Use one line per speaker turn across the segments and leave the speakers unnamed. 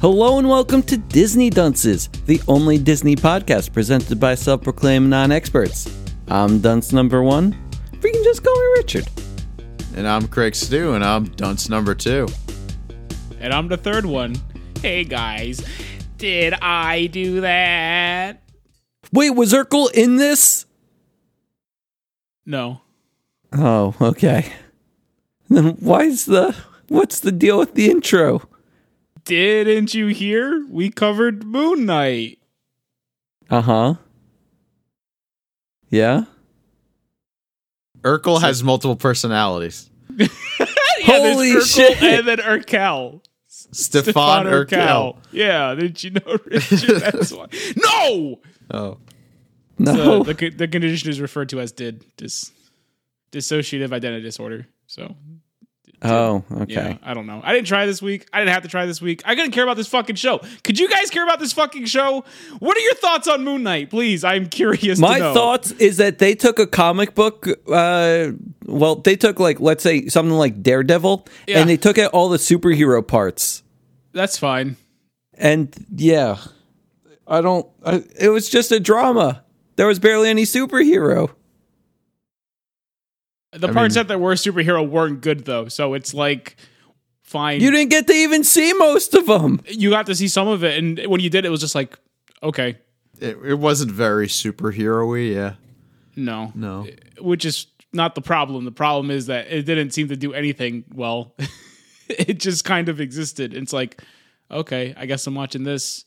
Hello and welcome to Disney Dunces, the only Disney podcast presented by self proclaimed non experts. I'm dunce number one. You can just call me Richard.
And I'm Craig Stew, and I'm dunce number two.
And I'm the third one. Hey guys, did I do that?
Wait, was Urkel in this?
No.
Oh, okay. Then why's the. What's the deal with the intro?
Didn't you hear? We covered Moon Knight.
Uh huh. Yeah?
Urkel has multiple personalities.
Yeah, there's
Holy
Urkel
shit.
And then Urkel.
Stefan Urkel.
Yeah, did you know, Richard? That's why. No!
Oh.
No.
So uh, the, co- the condition is referred to as did dis, dissociative identity disorder. So,
oh,
yeah,
okay.
I don't know. I didn't try this week. I didn't have to try this week. I didn't care about this fucking show. Could you guys care about this fucking show? What are your thoughts on Moon Knight? Please, I'm curious
My
to know.
thoughts is that they took a comic book, uh, well, they took like, let's say something like Daredevil,
Yeah.
and they took out all the superhero parts.
That's fine.
and yeah i don't I, it was just a drama there was barely any superhero
The
I
parts
mean-
that there were superhero weren't good though, so it's like fine.
you
You,
didn't get to even see most of them
got to see some of it, and when you did, it was just like, okay,
It, it wasn't very superhero y, yeah.
no,
No.
which is not the problem. The problem is that it didn't seem to do anything well. it just kind of existed. It's like, okay, I guess I'm watching this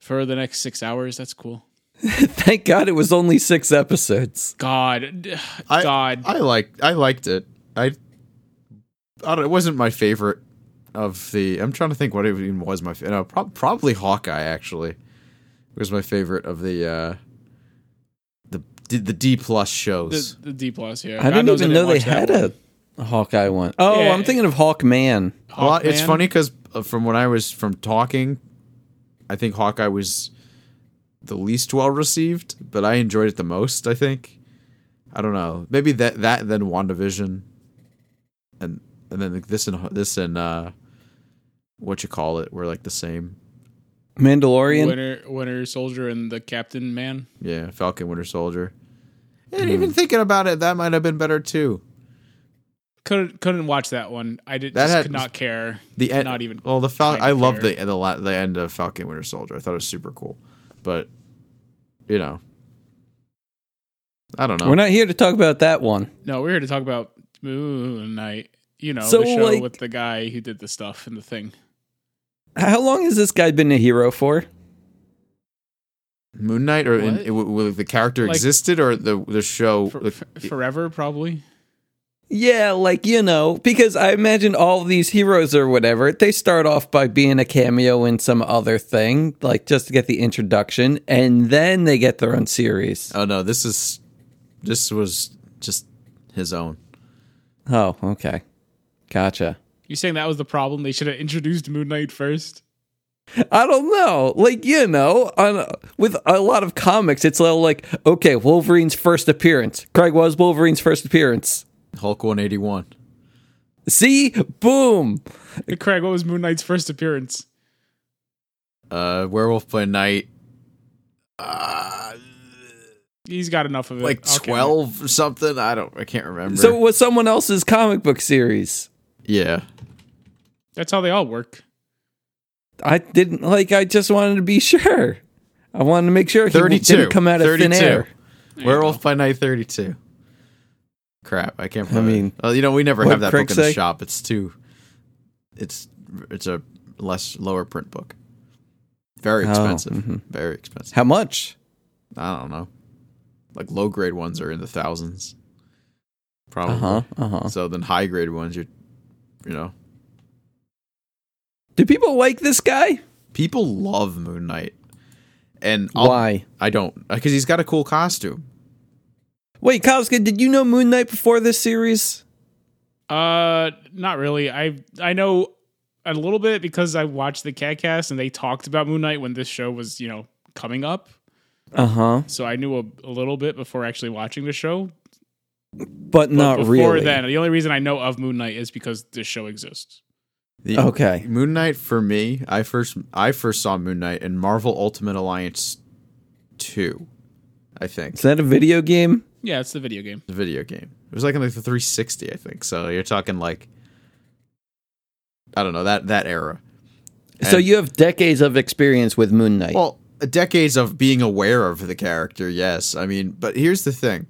for the next six hours. That's cool.
thank god it was only six episodes
God, d-
I,
God,
I liked I liked it. I, I don't, it wasn't my favorite of the I'm trying to think what even was my favorite. No, prob- probably Hawkeye actually. Was my favorite of the uh the D- the D plus
the,
shows.
the D plus here.
i didn't even know they had a hawkeye one. Oh,
Yeah.
i'm thinking of hawkman
Well, it's funny because from when I was from talking, I think Hawkeye was the least well received, but I enjoyed it the most. I think. I don't know. Maybe that that then Wandavision, and and then this and this and uh, what you call it were like the same.
mandalorian
Winter, Winter Soldier, and the Captain Man.
Yeah, Falcon Winter Soldier. And even thinking about it, that might have been better too.
Couldn't couldn't watch that one. I did
That
just
had-
could not care.
The end,
not
Oh.
even.
Well, the Fal-
kinda
I loved
care.
the the la- the end of Falcon Winter Soldier. I thought it was super cool, but you know, I don't know.
we're not here to talk about that one
No, we're here to talk about Moon Knight. You know,
So,
the show
like-
with the guy who did the stuff and the thing.
how long has this guy been a hero for
Moon Knight, or in,
What?
it, w- w- the character
Like-
existed, or the the show.
For,
the-
f- forever, probably.
yeah like you know because i imagine all these heroes or whatever they start off by being a cameo in some other thing like just to get the introduction and then they get their own series
oh no, this is this was just his own.
Oh, okay. Gotcha.
You saying that was the problem? They should have introduced Moon Knight first.
I don't know. Like, you know, on, with a lot of comics, it's all like, okay, Wolverine's first appearance. Craig was Wolverine's first appearance.
Hulk one eighty one.
See? Boom.
Hey, Craig, what was Moon Knight's first appearance?
Uh, Werewolf by Night. Uh,
He's got enough of it.
like
I'll count it.
twelve or something. I don't. I can't remember.
So it was someone else's comic book series.
yeah,
That's how they all work.
I didn't, like, I just wanted to be sure. I wanted to make sure he
32.
didn't come out of thin
32.
air.
Werewolf by Night 32. Crap, I can't. Remember.
mean,
well, you know, we never
what
have that
Craig
book in the
say?
shop. It's too. It's it's a less lower print book. Very
Oh,
expensive.
mm-hmm.
Very expensive.
How much?
I don't know. Like low grade ones are in the thousands. Probably.
Uh-huh, uh-huh.
So then high grade ones you're you know.
Do people like this guy?
People love Moon Knight. And
Why?
I don't because he's got a cool costume.
Wait, Kowska, did you know Moon Knight before this series?
Uh, not really. I I know a little bit because I watched the Catcast and they talked about Moon Knight when this show was you know coming up.
Uh huh.
So I knew a, a little bit before actually watching the show.
But,
But
not
before
really.
then, the only reason I know of Moon Knight is because this show exists.
The-
Okay.
Moon Knight for me, I first I first saw Moon Knight in Marvel Ultimate Alliance 2, I think.
Is that a video game?
Yeah, it's the video game.
The video game. It was like in like the 360, I think. So you're talking like I don't know, that that era.
so
And-
you have decades of experience with Moon Knight.
Well, decades of being aware of the character, yes. I mean, but here's the thing: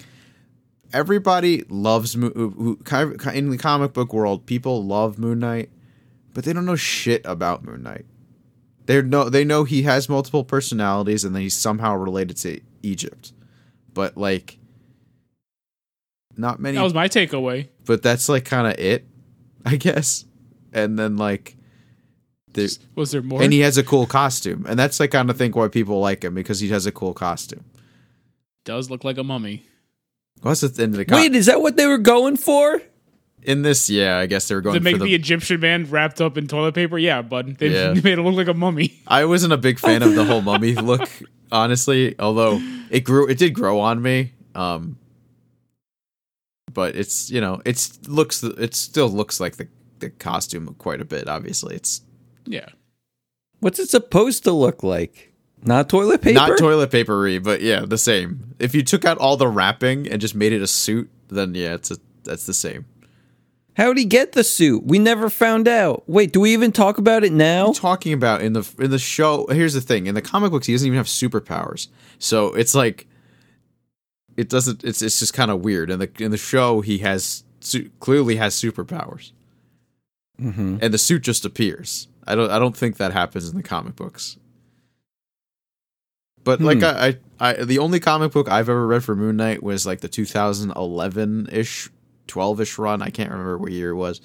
everybody loves Mo- who, who- ki- ki- in the comic book world. People love Moon Knight, but they don't know shit about Moon Knight. They know they know he has multiple personalities, and that he's somehow related to Egypt, but like, not many
That was my takeaway.
but that's like kind of it, I guess. And then like, there's
Was there more?
and he has a cool costume, and that's like kind of think why people like him because he has a cool costume.
does look like a mummy.
What's the end of the co-
Wait, is that what they were going for?
in this? Yeah, I guess they were going
To
for
make
the.
the Egyptian man wrapped up in toilet paper. Yeah, bud. They
Yeah.
made it look like a mummy.
I wasn't a big fan of the whole mummy look, honestly. Although it grew, it did grow on me. Um, but it's you know it's looks it still looks like the the costume quite a bit. Obviously, it's
Yeah.
What's it supposed to look like? Not toilet paper?
Not toilet papery, but yeah, the same. If you took out all the wrapping and just made it a suit, then yeah, it's a, that's the same.
How'd he get the suit? We never found out. Wait, do we even talk about it now?
Talking about in the in the show, here's the thing: in the comic books, he doesn't even have superpowers, so it's like it doesn't. It's it's just kind of weird. In the in the show, he has su- clearly has superpowers, mm-hmm. and the suit just appears. I don't I don't think that happens in the comic books. But
Hmm.
like I, I, I, the only comic book I've ever read for Moon Knight was like the 2011 ish, 12 ish run. I can't remember what year it was,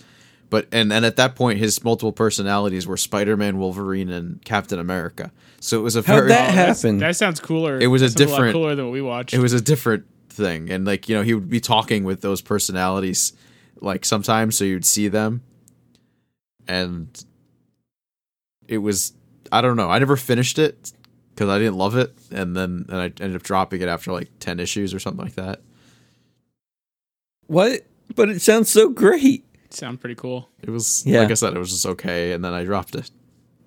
but and and at that point his multiple personalities were Spider Man, Wolverine, and Captain America. So it was a
How'd
very
that
Oh, that's-
happen?
That sounds cooler.
It was a
That sounds
different-
lot cooler than what we watched.
it was a different thing, and like you know he would be talking with those personalities, like sometimes so you'd see them, and it was I don't know I never finished it because I didn't love it, and then and I ended up dropping it after like ten issues or something like that.
What? But it sounds so great.
sound pretty cool.
It was
Yeah.
like I said, it was just okay, and then I dropped it,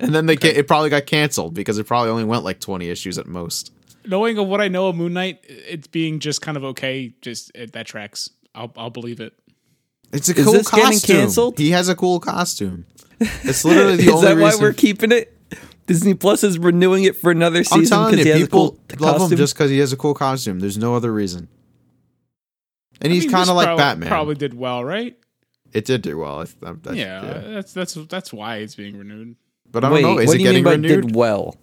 and then they ca- it probably got canceled because it probably only went like twenty issues at most.
Knowing of what I know of Moon Knight, it's being just kind of okay. Just it, that tracks. I'll I'll believe it.
It's a
Is
cool
this getting
costume.
canceled?
He has a cool costume. It's literally the
is
only
that why
reason.
we're keeping it? Disney Plus is renewing it for another
I'm
season
telling
because
you,
he has a
people
cool t-
love
costume.
him just because he has a cool costume. There's no other reason. And he's
I mean,
kind
this
of like
prob-
Batman.
Probably did well, right?
It did do well. I, I, I,
yeah, that's that's that's why it's being renewed.
But I don't
Wait,
know. Is
what
it
do you mean
getting
by
renewed?
did well?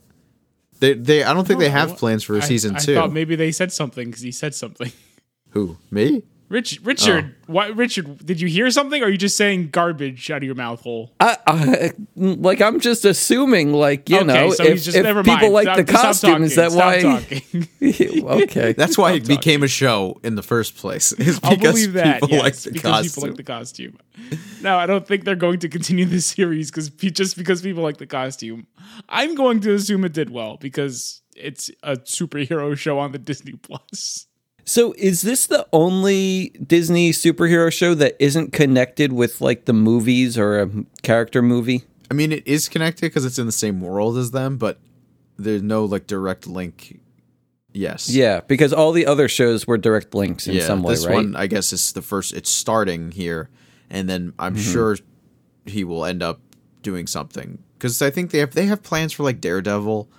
they, they, I don't think
I
they
don't know.
have plans for a
I-
season
I,
two.
thought maybe they said something because he said something.
Who? Me?
Rich, Richard,
Oh.
what? Richard, did you hear something? Or are you just saying garbage out of your mouth hole?
I, I, like I'm just assuming, like you
okay,
know,
so
if,
he's just
if
never
people
mind.
like
Stop-
the
stop
costume, is that
talking.
why?
Stop talking.
okay,
That's why it became a show in the first place. Is
I'll
because
believe that.
people
yes,
like the
because
costume.
people like the costume. No, I don't think they're going to continue this series because just because people like the costume, I'm going to assume it did well because it's a superhero show on the Disney Plus.
So is this the only Disney superhero show that isn't connected with like the movies or a character movie?
I mean, it is connected because it's in the same world as them, but there's no like direct link. Yes.
Yeah, because all the other shows were direct links in some way,
this
right?
one I guess is the first. It's starting here, and then I'm
Mm-hmm.
sure he will end up doing something because I think they have they have plans for like Daredevil,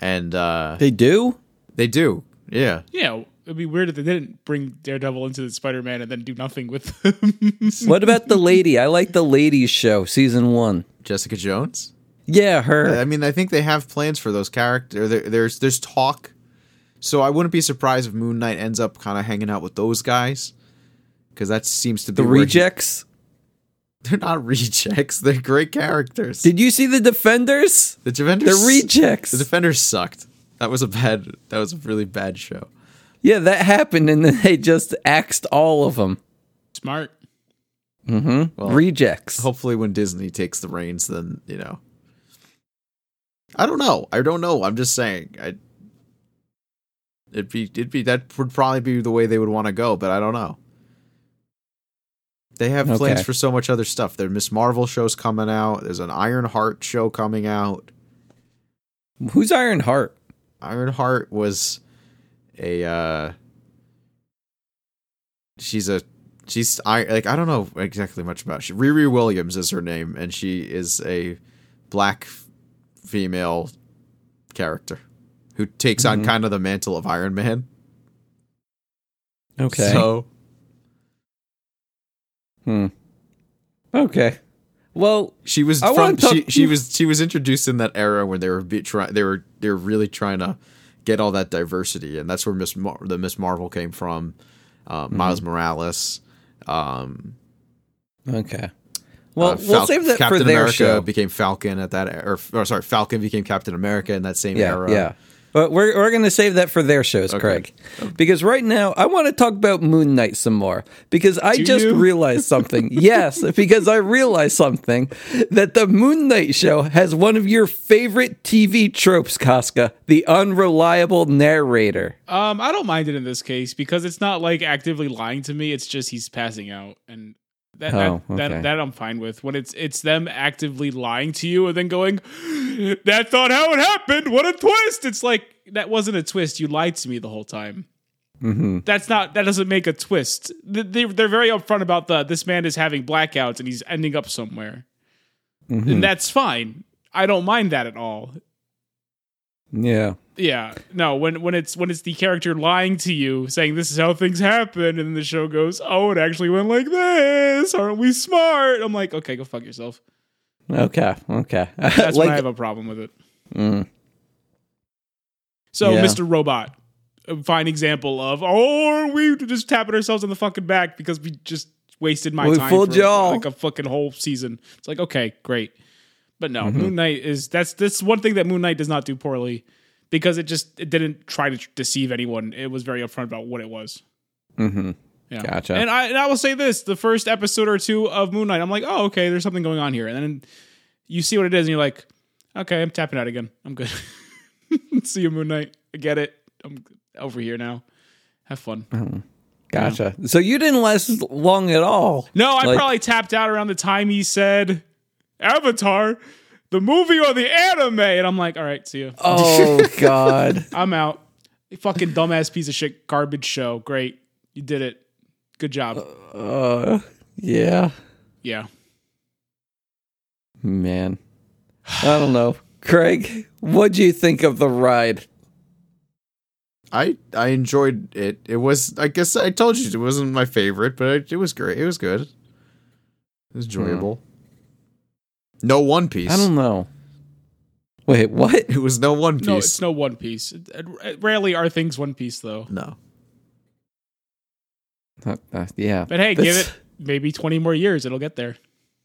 and uh,
They do?
they do. Yeah,
Yeah, it'd be weird if they didn't bring Daredevil into the Spider Man and then do nothing with him.
What about the lady? I like the ladies show, season one.
Jessica Jones.
Yeah, her.
I mean, I think they have plans for those characters. There, there's there's talk, so I wouldn't be surprised if Moon Knight ends up kind of hanging out with those guys, because that seems to be
the
where he-
rejects.
they're not rejects. They're great characters.
Did you see the defenders?
the Defenders.
The rejects.
The Defenders sucked. That was a bad. That was a really bad show.
yeah, that happened, and then they just axed all of them.
Smart.
rejects.
Hopefully, when Disney takes the reins, then you know. I don't know. I don't know. I'm just saying. I. It'd be. It'd be. That would probably be the way they would want to go, but I don't know. They have plans
Okay.
for so much other stuff. Their Miss Marvel show's coming out. There's an Iron Heart show coming out.
Who's Iron Heart?
Ironheart was a uh she's a she's I like I don't know exactly much about she Riri Williams is her name and she is a black f- female character who takes
Mm-hmm.
on kind of the mantle of Iron Man.
Okay.
So
Hmm. Okay. Well,
she was
I
from
wanna talk-
she, she was she was introduced in that era when they were be, try, they were they were really trying to get all that diversity and that's where Miss Mar- the Miss Marvel came from. Uh,
Mm-hmm.
Miles Morales um
okay. Well, we'll
uh, Fal-
save that
Captain
for their
America
show.
became Falcon at that era, or, or sorry, Falcon became Captain America in that same
yeah,
era.
yeah. But we're we're going to save that for their shows, Craig, because right now I want to talk about Moon Knight some more because I just
you?
realized something. yes, because I realized something that the Moon Knight show has one of your favorite TV tropes, Casca, the unreliable narrator.
Um, I don't mind it in this case because it's not like actively lying to me. It's just he's passing out, and that
Oh,
that,
okay.
that that I'm fine with. When it's it's them actively lying to you and then going, "That's not how it happened. What a twist!" It's like that wasn't a twist. You lied to me the whole time.
Mm-hmm.
That's not that doesn't make a twist. Th- They they're very upfront about the this man is having blackouts and he's ending up somewhere,
Mm-hmm.
and that's fine. I don't mind that at all.
Yeah.
Yeah. No, when when it's when it's the character lying to you, saying this is how things happen, and the show goes, Oh, it actually went like this. Aren't we smart? I'm like, okay, go fuck yourself.
Okay. Okay.
That's when
like
I
Mm.
have a problem with it. So
Yeah.
Mr. Robot, a fine example of oh are we just tapping ourselves on the fucking back because we just wasted my
We
time
fooled
for
y'all.
like a fucking whole season. It's like, okay, great. But
Mm-hmm.
no, Moon Knight is that's that's one thing that Moon Knight does not do poorly because it just it didn't try to deceive anyone. It was very upfront about what it was.
Mhm.
Yeah.
Gotcha.
And I and I will say this: the first episode or two of Moon Knight, I'm like, oh, okay, there's something going on here, and then you see what it is, and you're like, okay, I'm tapping out again. I'm good. see you, Moon Knight. I get it. I'm over here now. Have fun.
gotcha. So you didn't last long at all.
No, I
Like-
probably tapped out around the time he said Avatar, the movie or the anime, and I'm like, all right, see you.
Oh God.
I'm out. You fucking dumbass piece of shit, garbage show. Great, you did it. Good job.
Uh, yeah.
yeah.
Man. I don't know. Craig, what do you think of the ride?
I I enjoyed it. It was I guess I told you it wasn't my favorite, but it, it was great. It was good. It was enjoyable. No One Piece.
Hmm. I don't know. Wait, what?
It was no One Piece.
No, it's no One Piece. It- it- Rarely are things One Piece though.
no.
Uh, uh, yeah.
But hey, give
This-
it maybe 20 more years, it'll get there.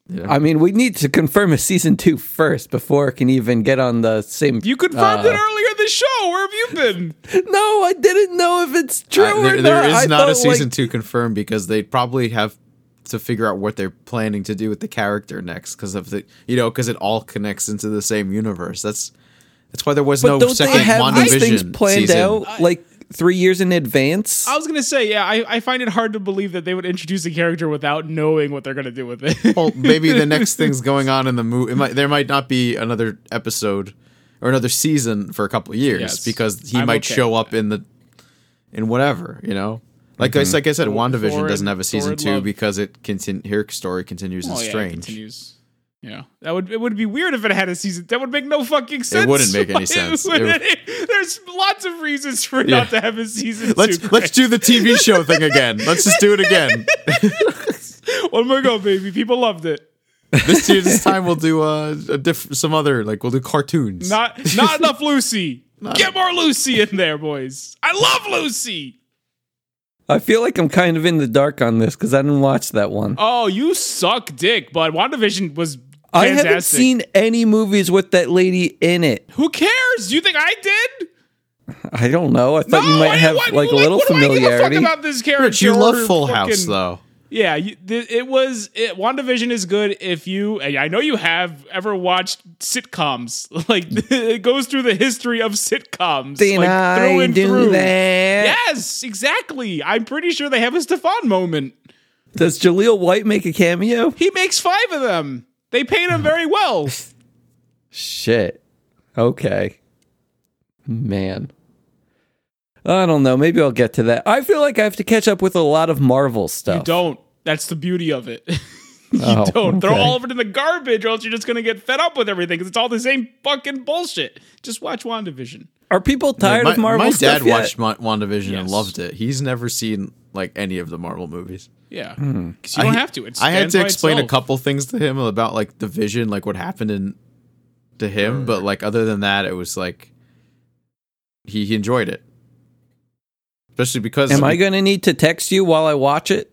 Yeah.
I mean, we need to confirm a season two first before it can even get on the same. uh,
You confirmed it
Uh.
earlier in the show. Where have you been?
No, I didn't know if it's true
I-
or
Uh, there,
not.
there is
I
not a
thought, like-
season two confirmed because they probably have to figure out what they're planning to do with the character next because of the you know because it all connects into the same universe. That's that's why there was
but
no
don't
second
they have these
WandaVision
things planned
season.
out like three years in advance?
I was going to say, yeah, I, I find it hard to believe that they would introduce a character without knowing what they're going to do with it.
Well, maybe the next thing's going on in the movie. It might, there might not be another episode or another season for a couple of years
Yes.
because he
I'm
might
okay
show
with
up in the in whatever you know. Like I, like I said, WandaVision
Mm-hmm. Thor and-
doesn't have a season
Thor and
two
Love.
because it continu- her story continues
Oh,
in
yeah, it
Strange.
continues. Yeah, that would it would be weird if it had a season. That would make no fucking sense.
wouldn't make any
Why
sense.
would
It would-
it- there's there's lots of reasons for not to have a season
Let's
two.
let's do the TV show thing again. Let's just do it again.
One more go, baby. People loved it.
This year, this time we'll do uh, a diff- some other like we'll do cartoons.
Not not enough Lucy. Get more Lucy in there, boys. I love Lucy.
I feel like I'm kind of in the dark on this because I didn't watch that one.
Oh, you suck dick, but WandaVision was fantastic.
I haven't seen any movies with that lady in it.
Who cares? You think I did?
I don't know. I thought you might
I-
have
what-
like a
what-
little
what do I give a fuck
familiarity.
about this character.
Rich, you love
or
Full House
fucking-
though.
Yeah, you, th- it was. It, WandaVision is good if you, and I know you have ever watched sitcoms. Like it goes through the history of sitcoms,
Did
like through
I
and
do
through.
that?
Yes, exactly. I'm pretty sure they have a Stefan moment.
Does Jaleel White make a cameo?
He makes five of them. They paid him very well.
Shit. Okay. Man. I don't know. Maybe I'll get to that. I feel like I have to catch up with a lot of Marvel stuff.
You don't. That's the beauty of it. you
Oh,
don't. Throw
okay.
all of it in the garbage, or else you're just going to get fed up with everything because it's all the same fucking bullshit. Just watch WandaVision.
Are people
Yeah,
tired
my,
of Marvel
my
stuff
dad
yet?
watched Ma- WandaVision and
Yes.
loved it. He's never seen like any of the Marvel movies.
Yeah. 'Cause you don't
Hmm. I-
have to. It
I had
stands
to
by
explain a
itself.
couple things to him about like the vision, like what happened in to him, but like other than that, it was like he, he enjoyed it. Especially because
Am I going to need to text you while I watch it?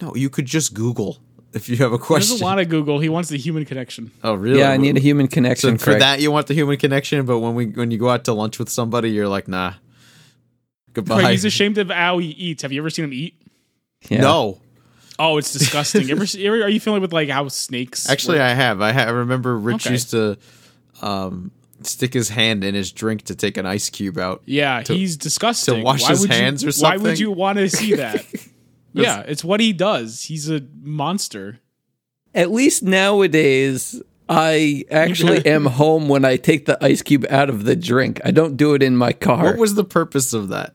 No, you could just Google if you have a
He
question.
doesn't want to Google. He wants the human connection.
oh, really?
Yeah, I need a human
So
connection.
for
Craig.
that, you want the human connection, but when we when you go out to lunch with somebody, you're like, nah,
Craig,
goodbye.
he's ashamed of how he eats. Have you ever seen him eat?
Yeah.
No,
Oh, it's disgusting. ever, see- ever- Are you familiar with like how snakes?
actually, I have. I, ha- I remember Rich
Okay.
used to um, stick his hand in his drink to take an ice cube out.
Yeah, he's disgusting.
to wash
Why
his
would you-
hands or
Why would
something?
you want to see that? yeah, it's what he does. He's a monster.
At least nowadays, I actually am home when I take the ice cube out of the drink. I don't do it in my car.
What was the purpose of that?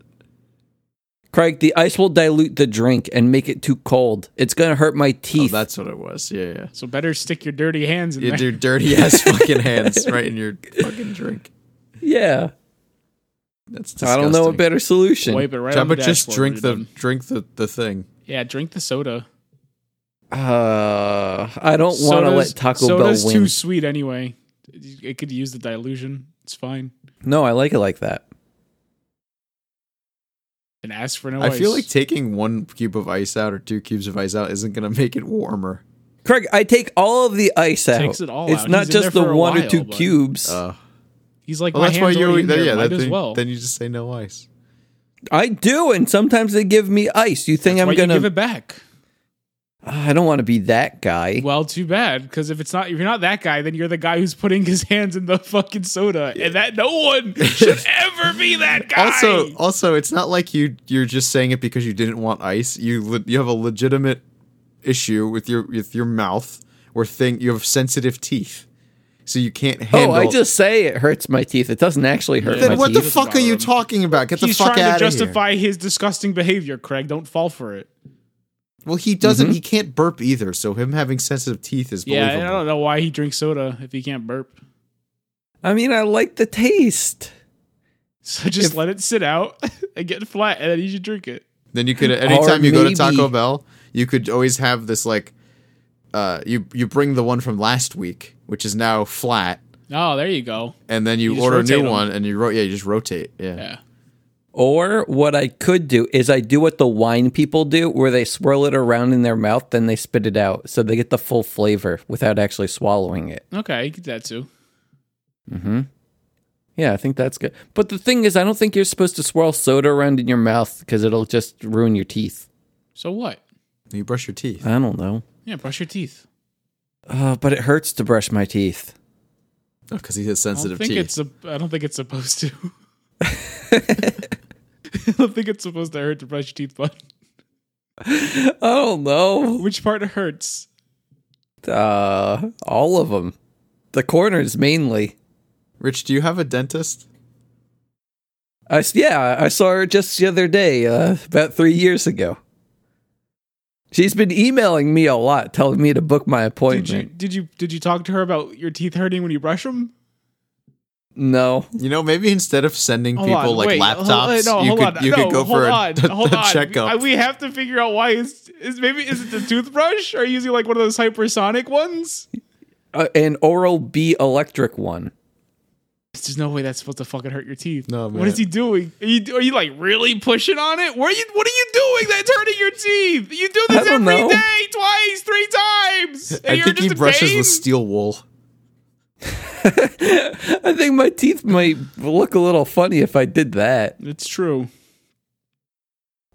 Craig, the ice will dilute the drink and make it too cold. It's going to hurt my
Oh,
teeth.
that's what it was. Yeah, yeah.
So better stick your dirty hands in
You
there.
do dirty ass fucking hands right in your fucking drink.
yeah.
That's
I
disgusting.
don't know a better solution.
Wipe it right
How
on the
about just
dashboard
drink
when
the
you're done.
drink the, the thing?
Yeah, drink the soda.
Uh, I don't want to
Soda's-
let Taco Bell
soda's
win.
too sweet anyway. It could use the dilution. It's fine.
No, I like it like that.
And ask for no
I feel
ice.
like taking one cube of ice out or two cubes of ice out isn't gonna make it warmer.
Craig, I take all of the ice out.
Takes it all
it's
out.
not
He's in
just
there
the
for a
one or
while,
two
but-
cubes.
Uh,
he's like
well,
my
that's why
hands
you
already in there.
yeah.
Might
That
as
thing,
well.
Then you just say no ice.
I do, and sometimes they give me ice. You think
That's why
I'm
you
gonna?
give it back.
I don't want to be that guy.
Well, too bad because if it's not if you're not that guy, then you're the guy who's putting his hands in the fucking soda, and that no one should ever be that guy.
Also, also, it's not like you you're just saying it because you didn't want ice. You le- you have a legitimate issue with your with your mouth or thing. You have sensitive teeth, so you can't handle.
oh, I just say it hurts my teeth. It doesn't actually hurt
Then
my
what
teeth.
the fuck are you talking about? Get the
he's
fuck
trying
out
to
of here.
justify his disgusting behavior. Craig, don't fall for it.
Well, he doesn't. He can't burp either. So him having sensitive teeth is
Yeah, and I
believable.
don't know why he drinks soda if he can't burp.
I mean, I like the taste.
So just let it sit out and get flat, and then you should drink it.
Then you could anytime you go to Taco
maybe-
Bell, you could always have this like, uh, you you bring the one from last week, which is now flat,
Oh, there you go.
and then you,
just
order a
rotate
new
'em.
one, and you ro- yeah, you just rotate. Yeah.
Yeah.
Or what I could do is I do what the wine people do, where they swirl it around in their mouth, then they spit it out, so they get the full flavor without actually swallowing it.
Okay, you get that too.
Yeah, I think that's good. But the thing is, I don't think you're supposed to swirl soda around in your mouth because it'll just ruin your teeth.
So what?
You brush your teeth.
I don't know.
Yeah, brush your teeth.
Uh, but it hurts to brush my teeth.
because Oh, he has
I don't
sensitive
think
teeth.
it's a, I don't think it's supposed to. I don't think it's supposed to hurt to brush your teeth, but
I don't know.
which part hurts?
Uh, all of them. The corners mainly.
Rich, do you have a dentist?
I, s- yeah, I saw her just the other day, uh, about three years ago. She's been emailing me a lot, telling me to book my
Did you
appointment.
did you did you talk to her about your teeth hurting when you brush them?
No.
You know, maybe instead of sending
Hold
people
on,
like
wait, hold- uh,
laptops,
no,
you
hold
could
on,
you
no,
could go
hold
for a,
on,
a-
hold
a
on.
checkup.
I- We have to figure out why is is maybe is it the toothbrush? Are you using like one of those hypersonic ones?
Uh, an Oral B electric one.
There's no way that's supposed to fucking hurt your teeth.
No,
What
man.
is he doing? Are you are you like really pushing on it? What are you what are you doing that's hurting your teeth? You do
I
this
don't
every day,
know.
twice, three times. And
I
you're
think
just
he
in
brushes
pain?
with steel wool.
I think my teeth might look a little funny if I did that.
It's true.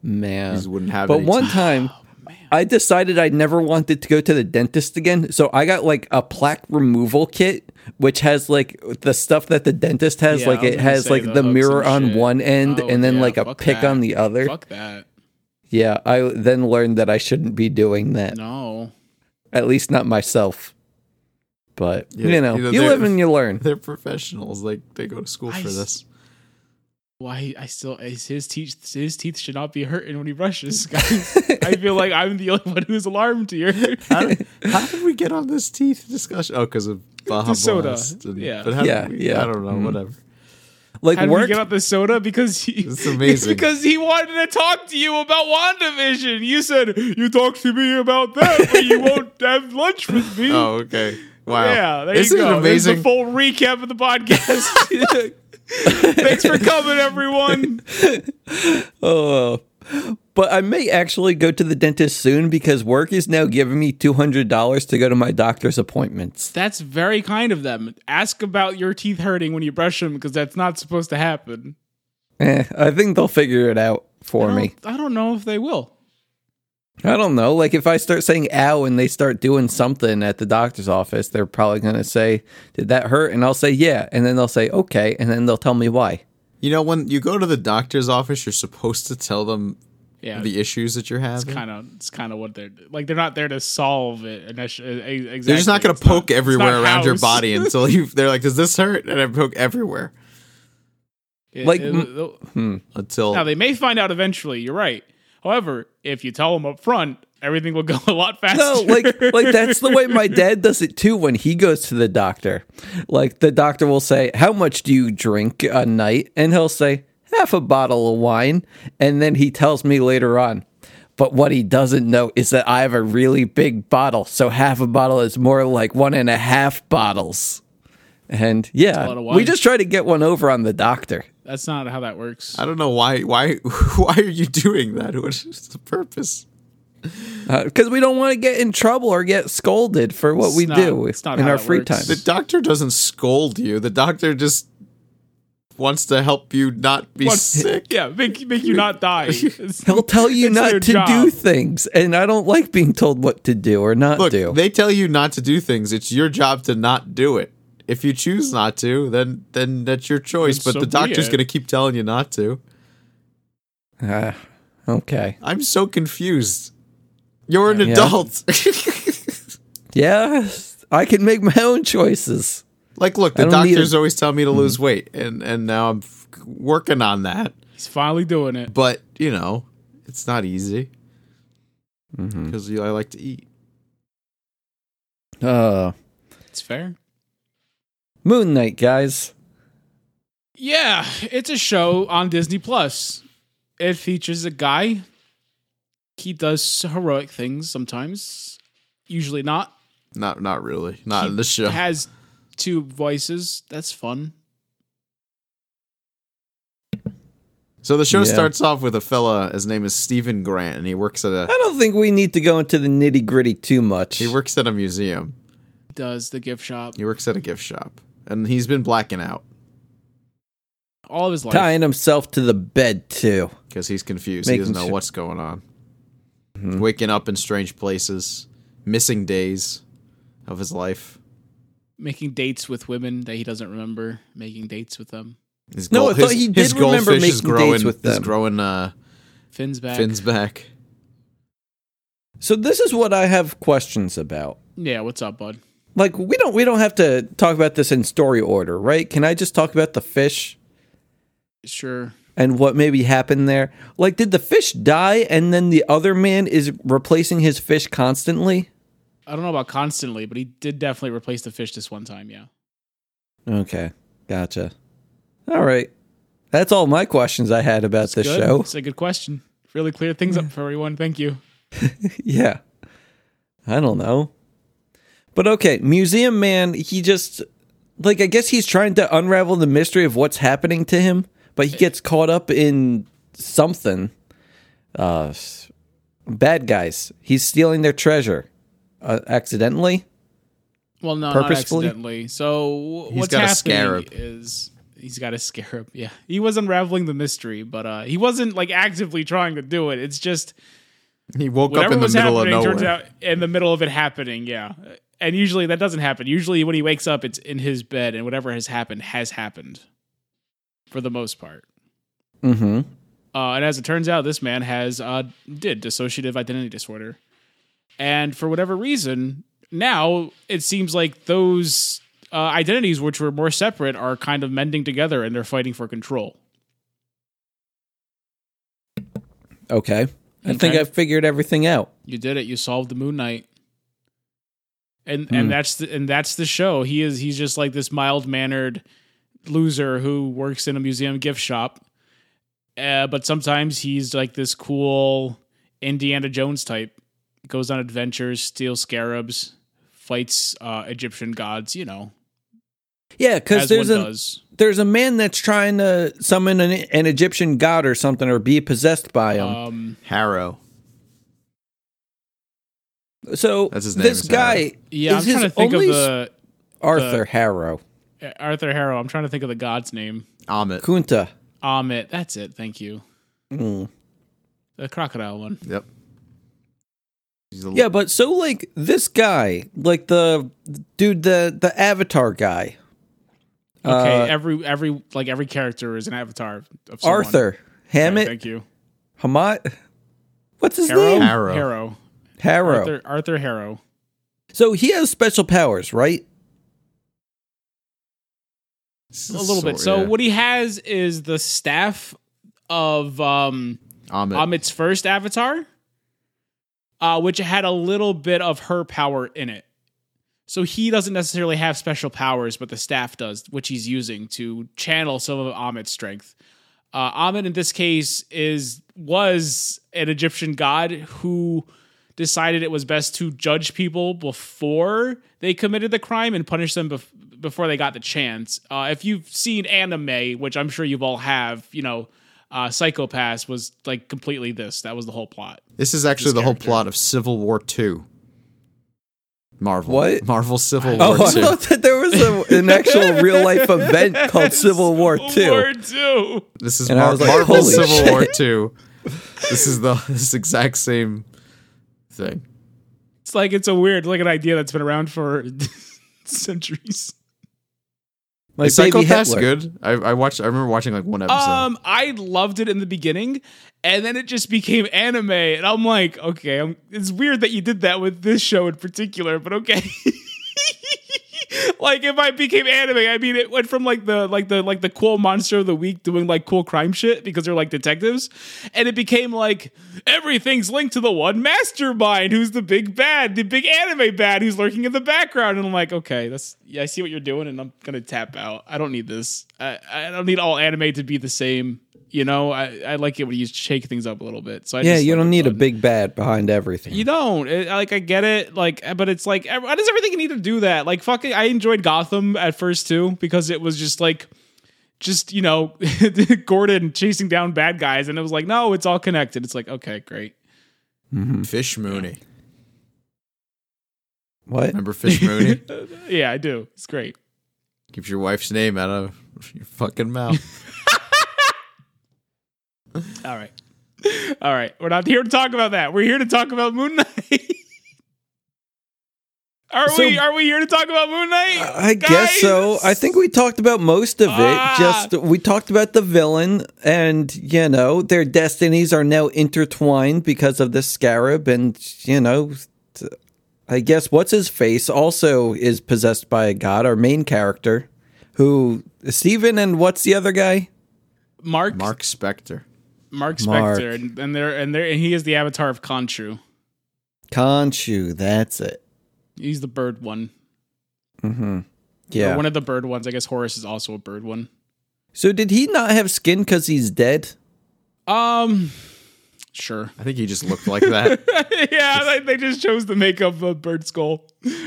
Man.
He just wouldn't have.
But
any
one
teeth.
time,
Oh,
I decided I never wanted to go to the dentist again. So I got like a plaque removal kit, which has like the stuff that the dentist has.
Yeah,
like
I was
it
gonna
has
say
like
the
the
hooks
mirror
and
on
shit.
one end
Oh,
and then
yeah,
like a
fuck
pick
that.
on the other.
Fuck that.
Yeah, I then learned that I shouldn't be doing that.
No.
At least not myself. But
Yeah,
you know,
you
you,
know, they're-
live and you learn.
they're professionals. Like they go to school
I
for
s-
this.
Why I still his his teeth his teeth should not be hurting when he brushes, guys. I feel like I'm the only one who's alarmed here.
How did, how did we get on this teeth discussion? Oh, because of Baja
The soda.
Blast and-
Yeah.
but how did
Yeah,
we-
yeah. Mm-hmm.
I don't know. Whatever.
Like
How did we
work
get out the soda? Because he,
It's amazing.
because he wanted to talk to you about WandaVision. You said you talk to me about that, but you won't have lunch with me.
Oh, okay. Wow.
Yeah, there
Isn't
you go.
it
There's the
amazing?
full recap of the podcast. Thanks for coming, everyone.
Oh, but I may actually go to the dentist soon because work is now giving me two hundred dollars to go to my doctor's appointments.
That's very kind of them. Ask about your teeth hurting when you brush them because that's not supposed to happen.
Eh, I think they'll figure it out for
I
me.
don't- I don't know if they will.
I don't know. Like if I start saying "ow" and they start doing something at the doctor's office, they're probably gonna say, "Did that hurt?" And I'll say, "Yeah," and then they'll say, "Okay," and then they'll tell me why.
You know, when you go to the doctor's office, you're supposed to tell them
Yeah,
the issues that you're having.
kind of it's kind of what they're like they're not there to solve it and that's- uh, e- exactly
They're just not going to
It's
poke
it's
everywhere
not
around your
house.
body until you. They're like, "Does this hurt?" And I poke everywhere
It-
Like,
it-
m-
they'll-
until.
now they may find out eventually you're right however if you tell them up front everything will go a lot faster
No, like like that's the way my dad does it too when he goes to the doctor. Like the doctor will say, "How much do you drink a night?" and he'll say, "Half a bottle of wine." And then he tells me later on. But what he doesn't know is that I have a really big bottle, so half a bottle is more like one and a half bottles. And yeah,
lot of
we
wine.
just try to get one over on the doctor.
that's not how that works
I don't know why. Why? Why are you doing that? What is the purpose?
Because uh, we don't want to get in trouble or get scolded for what
It's
we
not-
do
it's not
in
how
our
that
free
works.
time.
The doctor doesn't scold you. The doctor just wants to help you not be
What-
sick.
yeah make, make you not die
He'll tell you
It's
not
their
to
job.
do things, and I don't like being told what to do or not
Look,
do.
they tell you not to do things. It's your job to not do it. If you choose not to, then then that's your choice.
Then
but
so
the
be
doctor's
it.
going to keep telling you not to.
Ah, okay.
I'm so confused. You're an
Yeah.
adult.
Yeah, I can make my own choices.
like, look,
I
the
don't need Mm-hmm.
doctors
it.
always tell me to lose weight, and and now I'm f- working on that.
he's finally doing it
But you know, it's not easy
Mm-hmm.
because I like to eat.
Uh,
it's fair
Moon Knight, guys.
yeah it's a show on disney plus it features a guy he does heroic things sometimes usually not
Not not really. Not in the show.
has two voices. That's fun.
So the show
Yeah.
starts off with a fella. His name is Stephen Grant, and he works at a
I don't think we need to go into the nitty gritty too much.
he works at a museum.
Does the gift shop
He works at a gift shop, and he's been blacking out
all of his life?
Tying himself to the bed too.
because he's confused. he
Making
doesn't know
sure- Mm-hmm.
what's going on. Waking up in strange places, missing days of his life.
Making dates with women that he doesn't remember. Making dates with them.
His
No, I thought
his-
he did
his
remember
goldfish is
making dates
growing,
with
is
them.
growing uh,
Finn's back.
fins back.
So this is what I have questions about.
yeah, what's up, bud?
Like we don't we don't have to talk about this in story order, right? Can I just talk about the fish
Sure.
and what maybe happened there? Like did the fish die and then the other man is replacing his fish constantly?
I don't know about constantly, but he did definitely replace the fish this one time. Yeah.
Okay. Gotcha. All right. That's all my questions I had about this
Good.
show.
It's a good question. Really cleared things up for everyone. Thank you.
Yeah. I don't know. But okay, Museum Man, he just like I guess he's trying to unravel the mystery of what's happening to him, but he gets caught up in something. Uh s- bad guys. He's stealing their treasure uh, accidentally.
Well, no,
Purposefully?
not accidentally. So wh-
He's
what's
got a
happening
scarab.
is he's got a scarab. Yeah, he was unraveling the mystery, but uh, he wasn't like actively trying to do it. It's just
He woke
whatever
up in the
was
middle of
happening
nowhere.
turns out in the middle of it happening. Yeah, and usually that doesn't happen. Usually when he wakes up, it's in his bed, and whatever has happened has happened, for the most part.
Mhm.
Uh, and as it turns out, this man has uh, did dissociative identity disorder, and for whatever reason, now it seems like those uh, identities, which were more separate, are kind of mending together, and they're fighting for control.
Okay. I think
Okay.
I figured everything out.
You did it. You solved the Moon Knight. And
Hmm.
and that's the, and that's the show. He is he's just like this mild mannered loser who works in a museum gift shop, uh, but sometimes he's like this cool Indiana Jones type. Goes on adventures, steals scarabs, fights uh, Egyptian gods. You know,
Yeah, cuz
as one
there's a
does.
there's a man that's trying to summon an, an Egyptian god or something or be possessed by him.
Um,
Harrow.
So
That's his name,
this
is
guy
yeah,
is
I'm trying
his
to think of
only
the
Arthur Harrow.
Arthur Harrow. I'm trying to think of the god's name.
Amit.
Kunta.
Amit. That's it. Thank you.
Mm.
The crocodile one.
Yep. He's a
Yeah, but so like this guy, like the dude, the the Avatar guy,
Okay,
Uh,
every every like every character is an avatar of someone.
Arthur
Okay,
Hammett,
thank you.
Hamat. What's his
Harrow.
name?
Harrow.
Harrow.
Harrow.
Arthur, Arthur Harrow.
So he has special powers, right?
A little bit. So what he has is the staff of um
Amit.
Amit's first avatar, uh, which had a little bit of her power in it. So he doesn't necessarily have special powers, but the staff does, which he's using to channel some of Amit's strength. Uh, Amit, in this case, is was an Egyptian god who decided it was best to judge people before they committed the crime and punish them bef- before they got the chance. Uh, if you've seen anime, which I'm sure you've all have, you know, uh, Psychopass was like completely this. That was the whole plot.
This is actually
This
the whole
character.
plot of Civil War Two. Marvel.
What?
Marvel Civil
Oh,
War
I
Two.
thought that there was a, an actual real life event called Civil War Two.
War Two.
This is
And I
Mar-
was like,
Marvel
holy
Civil
shit.
War Two. This is the this exact same thing.
It's like it's a weird, like an idea that's been around for centuries.
My
Is
baby
Psychopath's
Hitler.
good? I, I watched. I remember watching like one episode.
Um, I loved it in the beginning, and then it just became anime, and I'm like, okay, I'm, it's weird that you did that with this show in particular, but okay. like if I became anime, I mean, it went from like the like the like the cool monster of the week doing like cool crime shit because they're like detectives, and it became like everything's linked to the one mastermind who's the big bad, the big anime bad who's lurking in the background, and I'm like, okay, that's yeah, I see what you're doing, and I'm gonna tap out. I don't need this. I I don't need all anime to be the same. You know, I, I like it when you shake things up a little bit. So I
Yeah,
just
you
like
don't
it
need a
fun.
big bad behind everything.
You don't. It- like I get it. Like, but it's like, ev- why does everything need to do that? Like, fucking, I enjoyed Gotham at first too because it was just like, just you know, Gordon chasing down bad guys, and it was like, no, it's all connected. It's like, okay, great.
Um,
Fish Mooney.
What?
Remember Fish Mooney?
Yeah, I do. It's great.
Keeps your wife's name out of your fucking mouth.
All right, all right. We're not here to talk about that. We're here to talk about Moon Knight. Are
So-
we are we here to talk about Moon Knight?
I guess so.
Guys!
I think we talked about most of it.
Ah.
Just we talked about the villain, and you know their destinies are now intertwined because of the scarab, and you know, t- I guess what's his face also is possessed by a god. Our main character, who Steven and what's the other guy?
Mark Mark,
Mark Spector.
Spector,
Mark.
and, and they're and they're and he is the avatar of Khonshu.
Khonshu. That's it.
He's the bird one.
Yeah.
Or one of the bird ones. I guess Horus is also a bird one.
so did he not have skin because he's dead?
Um, sure.
I think he just looked like that.
yeah, they, they just chose to make up a bird skull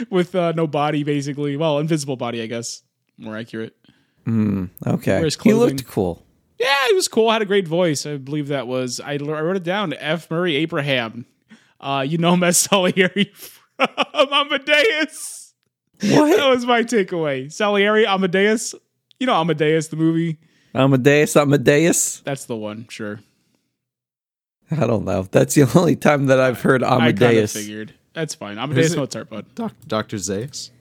with uh, no body, basically. Well, invisible body, I guess. More accurate.
Okay.
Wears
He
clothing.
looked cool.
Yeah, it was cool. Had a great voice. I believe that was. I, l- I wrote it down. F. Murray Abraham. Uh, you know, Mess Salieri from Amadeus. That
What?
was my takeaway. Salieri, Amadeus. You know, Amadeus, the movie.
Amadeus Amadeus?
That's the one, sure.
I don't know. That's the only time that I've heard
I kind of
Amadeus.
figured. That's fine. Amadeus
it-
Mozart, bud.
Doc, Dr. Zeus.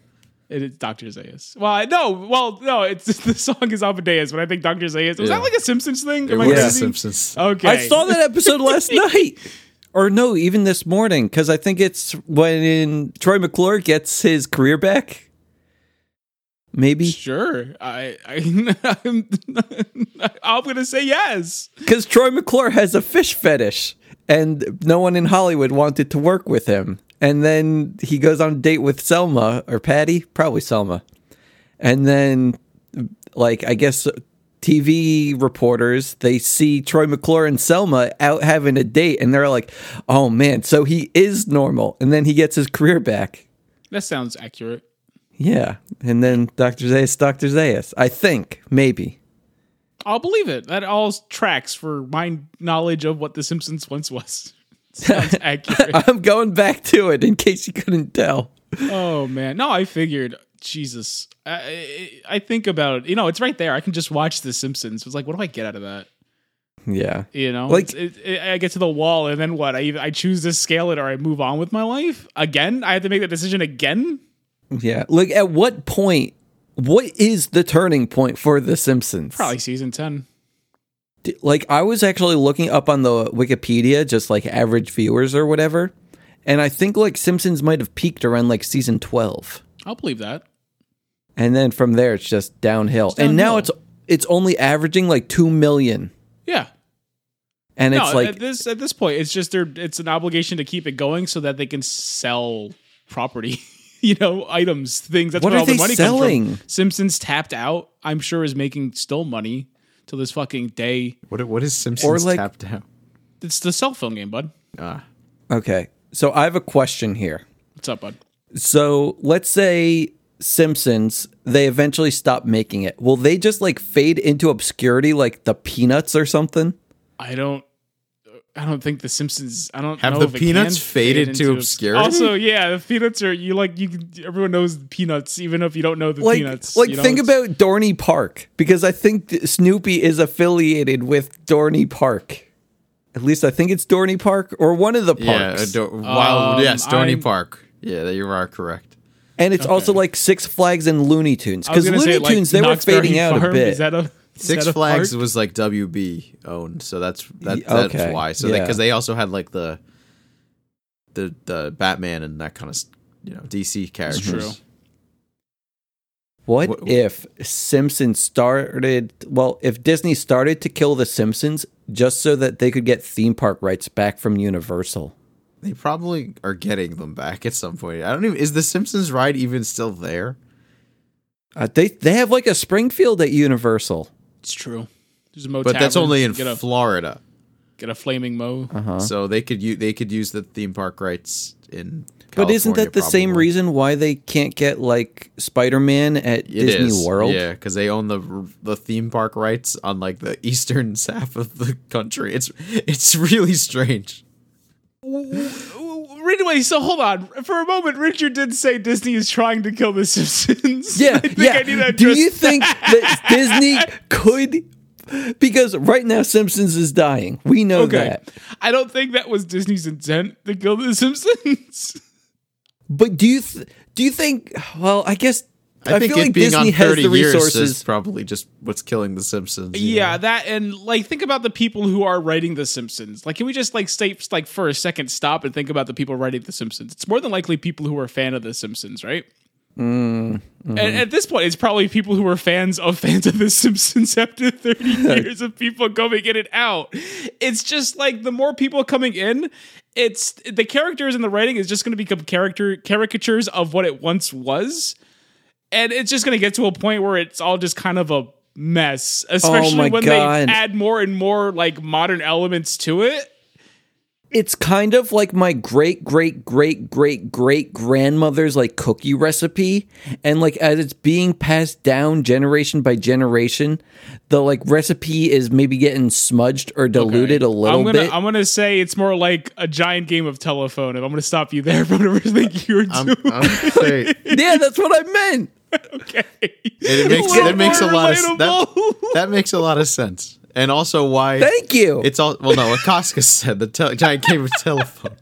It is Dr. Zayas. Well, I, no, well, no, it's the song is Amadeus, but I think Dr. Zayas. Was
Yeah.
that like a Simpsons thing?
It
Am I
was The
crazy? Oh.
Simpsons.
Okay.
I saw that episode last night. Or no, even this morning, because I think it's when Troy McClure gets his career back. Maybe
Sure. I, I I'm, I'm gonna say yes.
because Troy McClure has a fish fetish, and no one in Hollywood wanted to work with him. And then he goes on a date with Selma or Patty, probably Selma. And then, like, I guess TV reporters, they see Troy McClure and Selma out having a date, and they're like, oh man, so he is normal. And then he gets his career back.
That sounds accurate.
Yeah. And then Dr. Zayas, Dr. Zayas, I think, maybe.
I'll believe it. That all tracks for my knowledge of what The Simpsons once was. Sounds accurate.
I'm going back to it in case you couldn't tell.
oh man. No, I figured. Jesus. I, I I think about it. You know, it's right there. I can just watch The Simpsons. It's like, what do I get out of that?
Yeah.
You know,
Like-
like it, it, I get to the wall, and then what? I I choose to scale it, or I move on with my life again. I have to make that decision again.
Yeah. Like at what point what is the turning point for the Simpsons?
Probably season ten.
D- Like I was actually looking up on the Wikipedia just like average viewers or whatever, and I think like Simpsons might have peaked around like season 12.
I'll believe that.
And then from there it's just downhill. And now it's
downhill.
it's only averaging like 2 million.
Yeah.
And
No,
it's like
at this at this point, it's just their it's an obligation to keep it going so that they can sell property, you know, items, things. That's
What
where
are
all the
they
money
selling?
comes from. Simpsons tapped out. I'm sure is making still money to this fucking day.
What, what is Simpsons
like-
tapped out?
It's the cell phone game, bud.
Ah,
okay. So I have a question here.
What's up, bud?
So let's say Simpsons, they eventually stop making it. Will they just like fade into obscurity like the Peanuts or something?
I don't. I don't think the Simpsons. I don't
Have
know
the
if it
Peanuts
can
faded
fade
to
into obs-
obscurity?
Also, yeah, the Peanuts are you like you. can- Everyone knows the Peanuts, even if you don't know the
Like,
Peanuts.
like
you know,
think
it's-
about Dorney Park because I think th- Snoopy is affiliated with Dorney Park. At least I think it's Dorney Park or one of the
yeah.
parks.
Ado- wow.
Um,
Yes, Stony
I'm-
Park. Yeah, that you are correct.
and it's also like Six Flags and Looney Tunes
I
because
was gonna
Looney
say, like,
Tunes they were
Knott's
fading
Berry
out a
Farm,
bit.
Is that a is
Six
that a
Flags
park?
was like WB owned, so that's that,
Y-
that's
okay,
why. So
yeah.
because they also had like the the the Batman and that kind of you know DC characters.
true.
What,
What-
if Simpsons started? Well, if Disney started to kill The Simpsons just so that they could get theme park rights back from Universal?
They probably are getting them back at some point. I don't even is the Simpsons ride even still there?
Uh, they they have like a Springfield at Universal.
It's true. There's a Mo
But that's
Tavern.
only in Uh-huh.
get a
Florida.
get a flaming Mo.
So they could use they could use the theme park rights in
but isn't that the
California,
same
probably.
reason why they can't get like Spider Man at
It
Disney
is,
World?
Yeah, because they own the the theme park rights on like the eastern half of the country. It's it's really strange.
Anyway, so hold on for a moment. Richard did say Disney is trying to kill the Simpsons.
Yeah,
I think
yeah.
I need to
Do
address
you think that Disney could? Because right now Simpsons is dying. We know
Okay.
that.
I don't think that was Disney's intent to kill the Simpsons.
But do you th- do you think? Well, I guess I,
I, think
feel
it
like
being
Disney
on
has
thirty
the
years
resources.
is probably just what's killing the Simpsons. you
yeah,
know?
that and like think about the people who are writing the Simpsons. Like, can we just like stay like for a second, stop and think about the people writing the Simpsons? It's more than likely people who are a fan of the Simpsons, right? And at this point, it's probably people who were fans of fans of The Simpsons after 30 years of people coming in and out. It's just like the more people coming in, it's the characters and the writing is just going to become character caricatures of what it once was. and it's just gonna get to a point where it's all just kind of a mess, especially
my
when
God.
they add more and more like modern elements to it.
It's kind of like my great great great great great grandmother's like cookie recipe and like as it's being passed down generation by generation the like recipe is maybe getting smudged or diluted a little
I'm gonna,
bit.
I'm gonna say it's more like a giant game of telephone, and I'm gonna stop you there from everything you were
I'm,
doing.
I'm say it,
yeah, that's what I meant.
okay,
it makes
little
that makes a
more
lot of s- that,
relatable.
that makes a lot of sense, and also why
Thank you.
it's all well no what Casca said the tel giant game of telephone,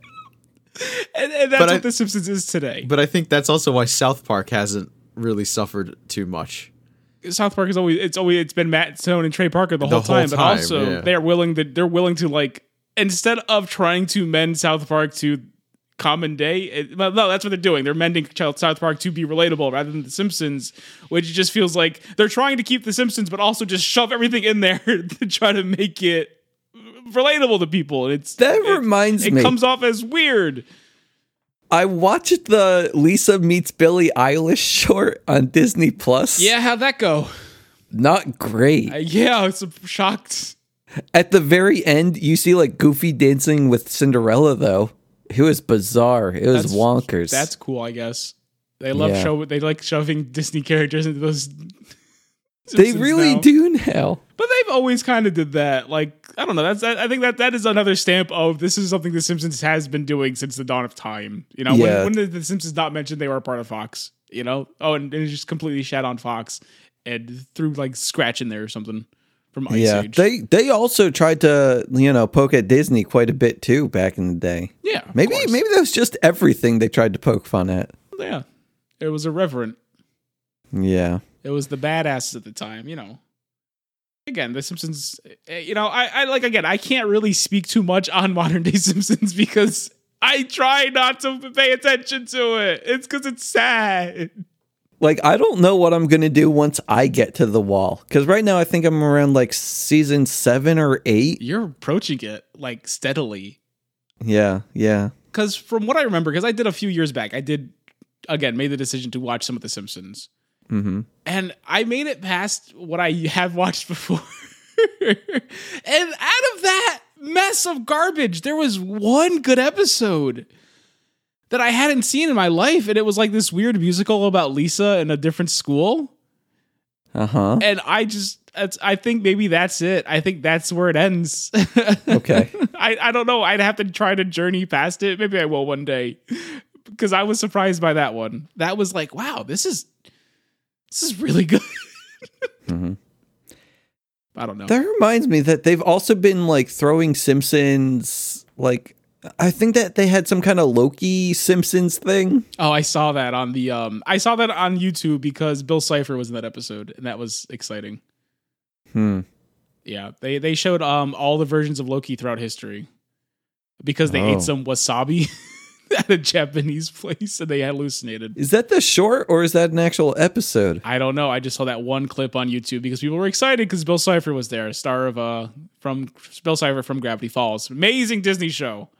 and, and that's
But
what
I-
The Simpsons is today.
but I think that's also why South Park hasn't really suffered too much.
South Park is always it's always it's been Matt Stone and Trey Parker the, whole,
whole
time, but
time,
also
yeah.
they're willing to they're willing to like instead of trying to mend South Park to common day, it, well, no, that's what they're doing. They're mending Ch- South Park to be relatable rather than The Simpsons, which just feels like they're trying to keep The Simpsons, but also just shove everything in there to try to make it relatable to people. And it's
That
it-
reminds
it
me.
comes off as weird.
I watched the Lisa meets Billie Eilish short on Disney Plus.
how'd that go?
Not great.
Uh, yeah, I was shocked.
At the very end, you see like Goofy dancing with Cinderella though. It was bizarre. It was
That's-
wonkers.
That's cool, I guess. They love
Yeah.
show. They like shoving Disney characters into those.
they
Simpsons
really
now.
do now.
but they've always kind of did that. Like I don't know. That's I I think that that is another stamp of this is something the Simpsons has been doing since the dawn of time. You know,
Yeah.
when, when did the Simpsons not mention they were a part of Fox? You know, oh, and, and it just completely shat on Fox and threw like scratch in there or something from Ice
yeah,
Age.
they they also tried to you know poke at Disney quite a bit too back in the day.
yeah, of
Maybe
course.
maybe that was just everything they tried to poke fun at.
yeah. It was irreverent.
Yeah,
It was the badasses at the time, you know. Again, the Simpsons, eh, you know, I, I like again, I can't really speak too much on modern day Simpsons because I try not to pay attention to it. It's because it's sad.
like I don't know what I'm gonna do once I get to the wall because right now I think I'm around like season seven or eight.
You're approaching it like steadily.
Yeah, yeah.
Because from what I remember, because I did a few years back, I did, again, made the decision to watch some of The Simpsons.
Mm-hmm.
and I made it past what I have watched before. and out of that mess of garbage, there was one good episode that I hadn't seen in my life. And it was like this weird musical about Lisa in a different school.
Uh huh.
And I just, that's, I think maybe that's it. I think that's where it ends.
Okay.
I, I don't know. I'd have to try to journey past it. Maybe I will one day. Because I was surprised by that one. That was like, wow, this is this is really good.
Mhm.
I don't know.
That reminds me that they've also been like throwing Simpsons like I think that they had some kind of Loki Simpsons thing.
oh, I saw that on the um I saw that on YouTube because Bill Cipher was in that episode and that was exciting.
Hmm.
Yeah. They they showed um all the versions of Loki throughout history. Because they
Oh.
ate some wasabi at a Japanese place and they hallucinated.
Is that the short or is that an actual episode?
I don't know. I just saw that one clip on YouTube because people were excited because Bill Cipher was there, star of uh from Bill Cipher from Gravity Falls, amazing Disney show.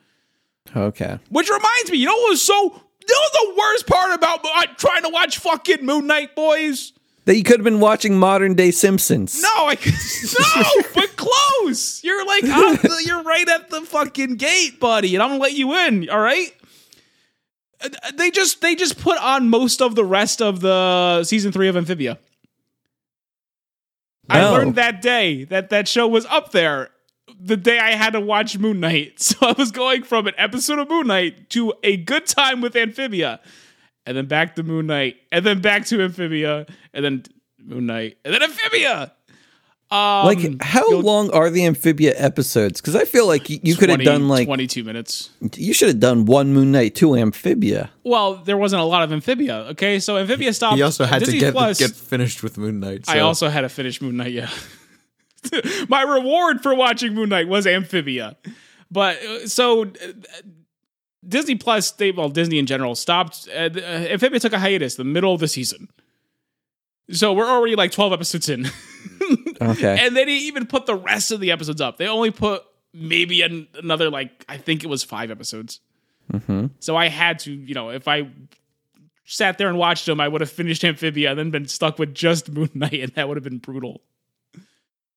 Okay.
Which reminds me, you know what was so that was the worst part about uh, trying to watch fucking Moon Knight, boys.
That you could have been watching modern day Simpsons.
No, I no, but close. You're like on the, you're right at the fucking gate, buddy, and I'm gonna let you in. All right. Uh, They just they just put on most of the rest of the season three of Amphibia. I
No.
learned that day that that show was up there the day I had to watch Moon Knight. So I was going from an episode of Moon Knight to a good time with Amphibia, and then back to Moon Knight, and then back to Amphibia, and then Moon Knight, and then Amphibia. Um,
Like how
you'll-
long are the amphibia episodes? Because I feel like y- you could have
20
done like
22 minutes.
you should have done one Moon Knight, two amphibia.
Well, there wasn't a lot of Amphibia. Okay, so Amphibia stopped.
He also had
Um, Disney
to get
Plus,
get finished with Moon Knight. So.
I also had to finish Moon Knight. Yeah, my reward for watching Moon Knight was Amphibia, but uh, so uh, Disney Plus, they well Disney in general stopped. Uh, uh, Amphibia took a hiatus the middle of the season, so we're already like twelve episodes in,
Okay.
and they didn't even put the rest of the episodes up. They only put maybe an, another like I think it was five episodes.
Mhm.
So I had to, you know, if I sat there and watched him, I would have finished Amphibia and then been stuck with just Moon Knight, and that would have been brutal.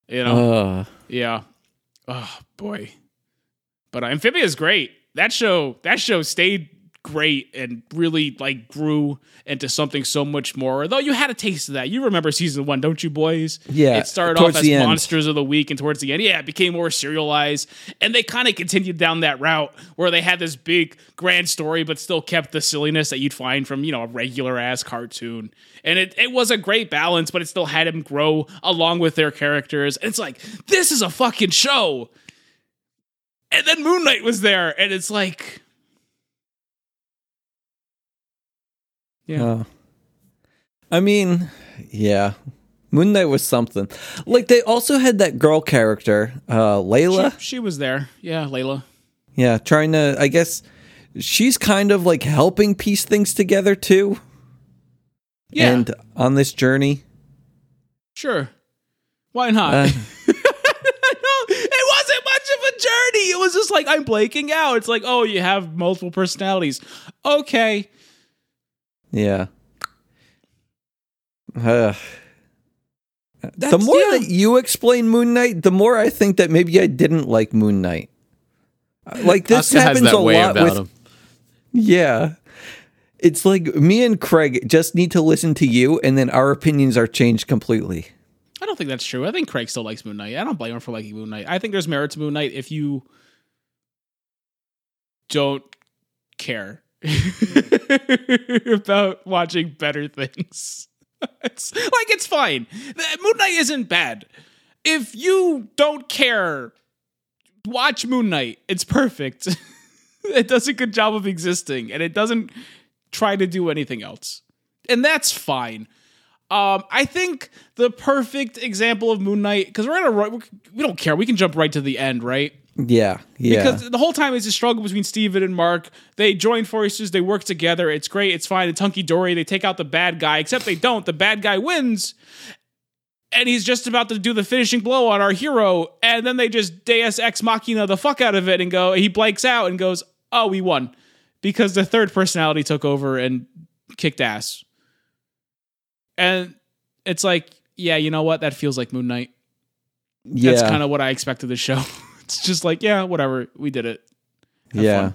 You know?
Ugh.
Yeah. Oh boy. But uh, Amphibia is great. That show that show stayed great and really like grew into something so much more. Though you had a taste of that. You remember season one, don't you, boys?
Yeah,
It started off
towards
as
the end.
monsters of the week, and towards the end, yeah, it became more serialized. And they kind of continued down that route where they had this big grand story, but still kept the silliness that you'd find from, you know, a regular ass cartoon. And it, it was a great balance, but it still had him grow along with their characters. And it's like, this is a fucking show. And then Moon Knight was there, and it's like Yeah.
Oh. I mean, yeah. Moon Knight was something. Like they also had that girl character, uh Layla.
she, she was there. Yeah, Layla.
Yeah, trying to I guess she's kind of like helping piece things together too.
Yeah,
And uh, on this journey.
sure. Why not?
Uh,
No, it wasn't much of a journey. It was just like I'm blanking out. It's like, oh, you have multiple personalities. Okay.
yeah. Ugh. the
That's-
more
yeah.
that you explain Moon Knight, the more I think that maybe I didn't like Moon Knight. Like this
Oscar
happens a lot with
him.
Yeah. It's like me and Craig just need to listen to you, and then our opinions are changed completely.
I don't think that's true. I think Craig still likes Moon Knight. I don't blame him for liking Moon Knight. I think there's merit to Moon Knight if you don't care about watching better things. it's like it's fine. The- Moon Knight isn't bad. If you don't care, watch Moon Knight. It's perfect. it does a good job of existing and it doesn't try to do anything else. And that's fine. Um, I think the perfect example of Moon Knight because we're at a ru- we don't care. We can jump right to the end, right?
Yeah, yeah,
Because the whole time is a struggle between Steven and Mark. They join forces, they work together. It's great, it's fine. It's hunky dory. They take out the bad guy, except they don't. The bad guy wins, and he's just about to do the finishing blow on our hero. And then they just Deus Ex Machina the fuck out of it and go, he blanks out and goes, oh, we won. Because the third personality took over and kicked ass. And it's like, yeah, you know what? That feels like Moon Knight
yeah,
that's kind of what I expected the show. it's just like, yeah, whatever, we did it.
yeah.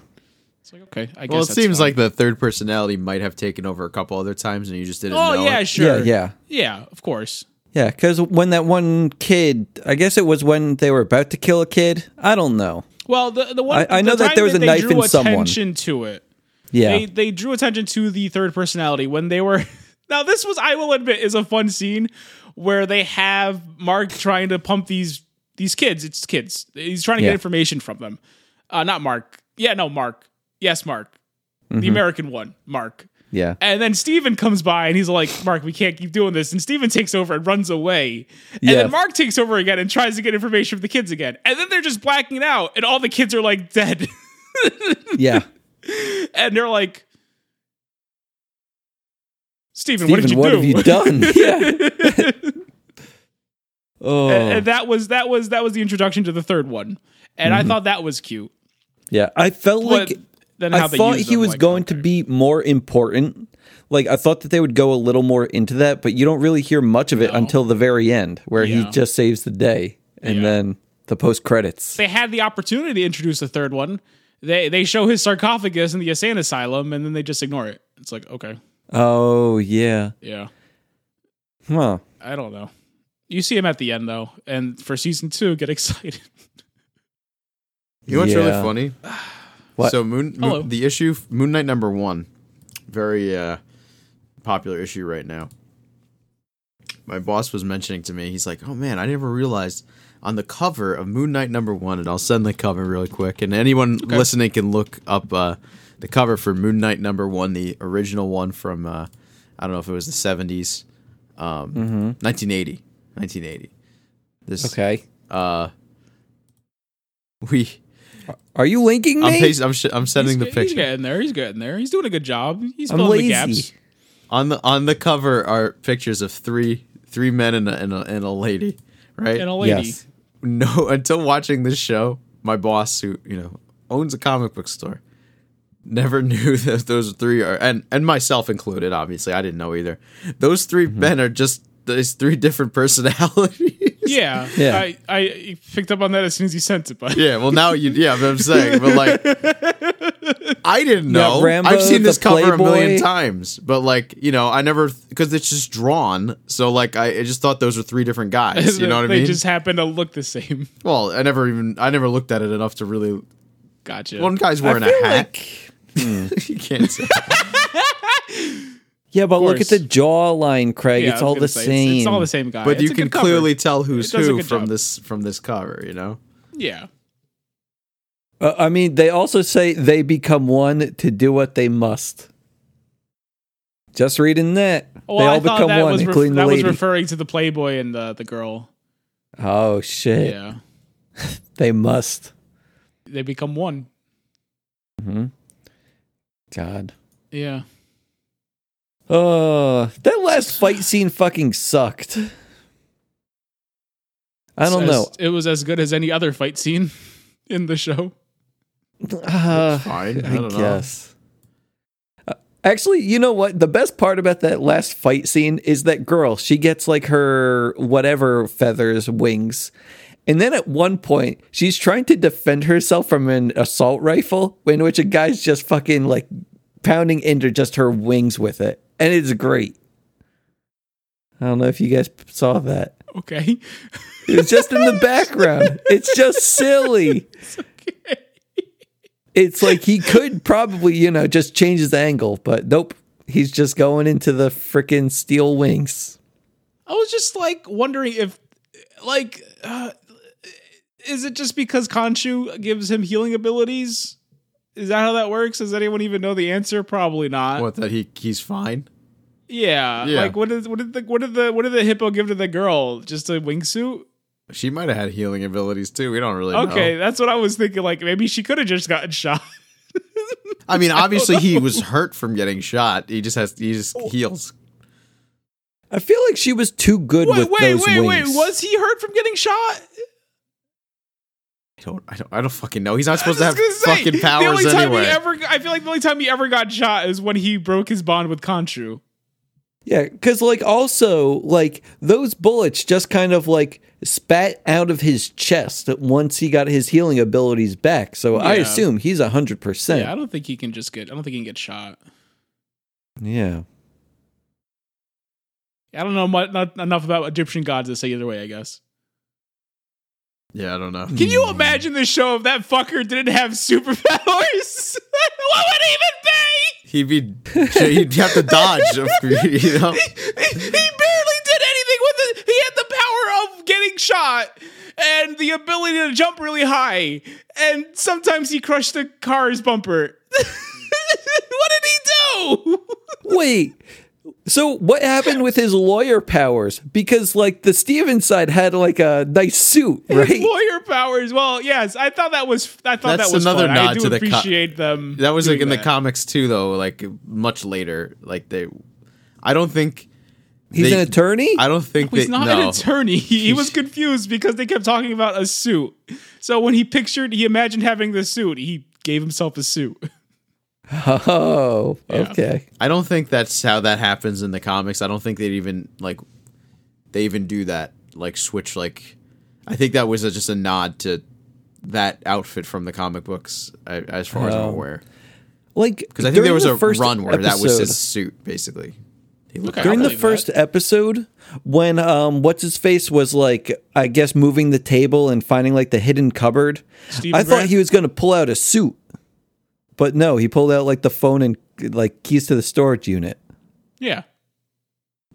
It's like, okay, I guess.
Well, it
that's
seems
fine.
like the third personality might have taken over a couple other times, and you just didn't.
oh
know
yeah,
it.
sure,
yeah, yeah,
yeah, of course.
yeah. Because when that one kid, I guess it was when they were about to kill a kid. I don't know.
Well, the the one
I- I
the
know that
time
there was a
they
knife
drew
in someone.
Attention to it.
Yeah,
They they drew attention to the third personality when they were. Now this was, I will admit, is a fun scene where they have Mark trying to pump these these kids. It's kids. He's trying to get
Yeah.
information from them. Uh, not Mark. Yeah, no, Mark. Yes, Mark.
Mm-hmm.
The American one, Mark.
yeah,
And then Steven comes by and he's like, Mark, we can't keep doing this. And Steven takes over and runs away. And
Yeah.
then Mark takes over again and tries to get information from the kids again. And then they're just blacking it out and all the kids are like dead.
yeah.
and they're like, Steven, what did
Steven,
you
what
do?
have you done? Yeah.
and, and
oh,
that was that was that was the introduction to the third one. And I thought that was cute.
yeah. I felt
But
Mm-hmm. like
then how
I
they
thought
used
he
them,
was
like,
going to
okay.
be more important. Like I thought that they would go a little more into that, but you don't really hear much of it until the very end, where
Yeah.
he just saves the day, and
Yeah.
then the post credits.
they had the opportunity to introduce the third one. They they show his sarcophagus in the insane asylum and then they just ignore it. It's like, okay.
Oh yeah,
Yeah.
huh?
I don't know. You see him at the end though, and for season two, get excited.
You know what's really
Yeah.
funny?
What?
So Moon, Moon-
Hello.
the issue Moon Knight number one, very uh, popular issue right now. My boss was mentioning to me, he's like, "Oh man, I never realized on the cover of Moon Knight number one." And I'll send the cover really quick, and anyone listening can look up uh, the cover for Moon Knight number one, the original one from uh, I don't know if it was the seventies, um, 1980, 1980. This
Mm-hmm. Okay.
uh, we
Are you linking me?
I'm, pas- I'm, sh- I'm sending the
he's, he's
picture
getting there. He's getting there. He's doing a good job. He's
I'm lazy.
filling the gaps.
on the on the cover are pictures of three three men and a and a, and a lady, right?
And a lady.
Yes.
no, until watching this show, my boss who you know owns a comic book store never knew that those three are, and and myself included. Obviously, I didn't know either. Those 3
Mm-hmm.
men are just these three different personalities.
Yeah,
Yeah.
I, I picked up on that as soon as you sent it, but
Yeah, well now you yeah, but I'm saying, but like I didn't know.
Rambo,
I've seen this
the
cover a
Playboy.
million times, but like, you know, I never cuz it's just drawn, so like I, I just thought those were three different guys, you know what I
they
mean?
just happen to look the same.
well, I never even I never looked at it enough to really
Gotcha.
one guy's
I
wearing a
feel
hat.
like-
you can't say.
yeah, but look at
course.
the jawline, Craig.
Yeah, I
it's
was
all
gonna
the
say,
same.
It's, it's all the same guy.
But
It's
you
a
can
good cover.
clearly tell who's
It does a
who
good
from
job.
this from this cover, you know?
yeah.
Uh, I mean, they also say they become one to do what they must. Just reading that,
Well,
they all
I thought
become
that
one,
was ref-
including
that
the
was
lady.
referring to the Playboy and the the girl.
oh shit!
Yeah,
They must.
they become one.
God.
Yeah.
Oh, that last fight scene fucking sucked. I don't
It's
know.
as- It was as good as any other fight scene in the show.
Uh,
fine. I
I,
don't know.
guess. Uh, Actually, you know what? The best part about that last fight scene is that girl. She gets like her whatever feathers, wings. And then at one point, she's trying to defend herself from an assault rifle in which a guy's just fucking like pounding into just her wings with it. And it's great. I don't know if you guys saw that.
Okay.
It's just in the background. It's just silly. It's like he could probably, you know, just change his angle, but nope. He's just going into the freaking steel wings.
I was just like wondering if, like, uh, is it just because Khonshu gives him healing abilities? Is that how that works? Does anyone even know the answer? Probably not.
What that he he's fine?
Yeah.
Yeah.
Like, what is what did the what did the what did the hippo give to the girl? Just a wingsuit?
She might have had healing abilities too. We don't really know.
Okay, that's what I was thinking. Like, maybe she could have just gotten shot.
I mean, obviously he was hurt from getting shot. He just has he
Oh.
just heals.
I feel like she was too good
Wait,
with
wait,
those
wait, wait.
wings.
Was he hurt from getting shot?
I don't I don't I don't fucking know. He's not supposed to
I
have
was just gonna say,
fucking
the
powers
only time
anyway.
He ever, I feel like the only time he ever got shot is when he broke his bond with Khonshu.
Yeah, because like also like those bullets just kind of like spat out of his chest once he got his healing abilities back. So I
Yeah.
assume he's a hundred
Yeah, I
percent.
don't think he can just get. I don't think he can get shot.
Yeah.
I don't know mu not enough about Egyptian gods to say either way. I guess.
yeah, I don't know.
Can you imagine the show if that fucker didn't have superpowers? what would it even be?
He'd be he'd have to dodge. You know,
he he barely did anything with it. He had the power of getting shot and the ability to jump really high. And sometimes he crushed the car's bumper. what did he do?
Wait. So what happened with his lawyer powers? Because like the Stevens side had like a nice suit,
His
right?
lawyer powers. Well, yes, I thought that was. I thought
That's
that was
another
fun. I
nod
do
to the co-
appreciate them.
that was like
doing
in the
that.
comics too, though. Like much later, like they. I don't think
He's
they-
an attorney.
I don't think
He's
they,
not
no.
an attorney. He, he was confused because they kept talking about a suit. So when he pictured, he imagined having the suit. He gave himself a suit.
oh, okay.
I don't think that's how that happens in the comics. I don't think they'd even like they even do that like switch like I think that was a, just a nod to that outfit from the comic books I, as far as I'm
Oh.
aware.
Like
Because I think
during
there was
the
a
first
run where that
episode-
was his suit basically. He looked
Okay.
out-
during the
believe
first episode when um what's his face was like I guess moving the table and finding like the hidden cupboard.
Steve
I thought
Grant?
he was going to pull out a suit, but no, he pulled out like the phone and like keys to the storage unit.
Yeah.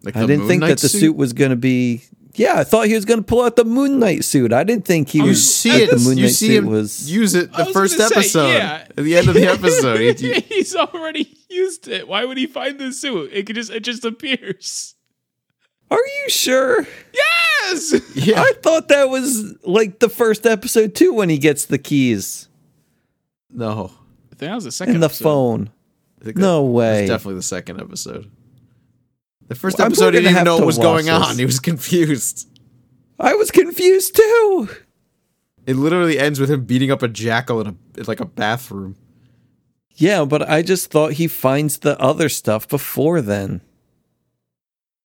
like
I
the
didn't
Moon
think
Knight
that the suit, was going to be. Yeah, I thought he was going to pull out the Moon Knight suit. I didn't think he
You
was.
see
that
it.
The Moon
you
Knight
see
suit
him
was.
use it
I
the
was
first
gonna say,
episode.
yeah.
At the end of the episode, he- he-
he's already used it. Why would he find the suit? It could just it just appears.
Are you sure?
Yes.
yeah.
I thought that was like the first episode too when he gets the keys
No,
That was the second.
and the
episode.
phone.
I think
No
It's
way.
definitely the second episode. The first
Well, I'm
episode,
gonna
he didn't even
have
know
to
what was
watch
going
this.
on. He was confused.
I was confused too.
It literally ends with him beating up a jackal in a in like a bathroom.
Yeah, but I just thought he finds the other stuff before then.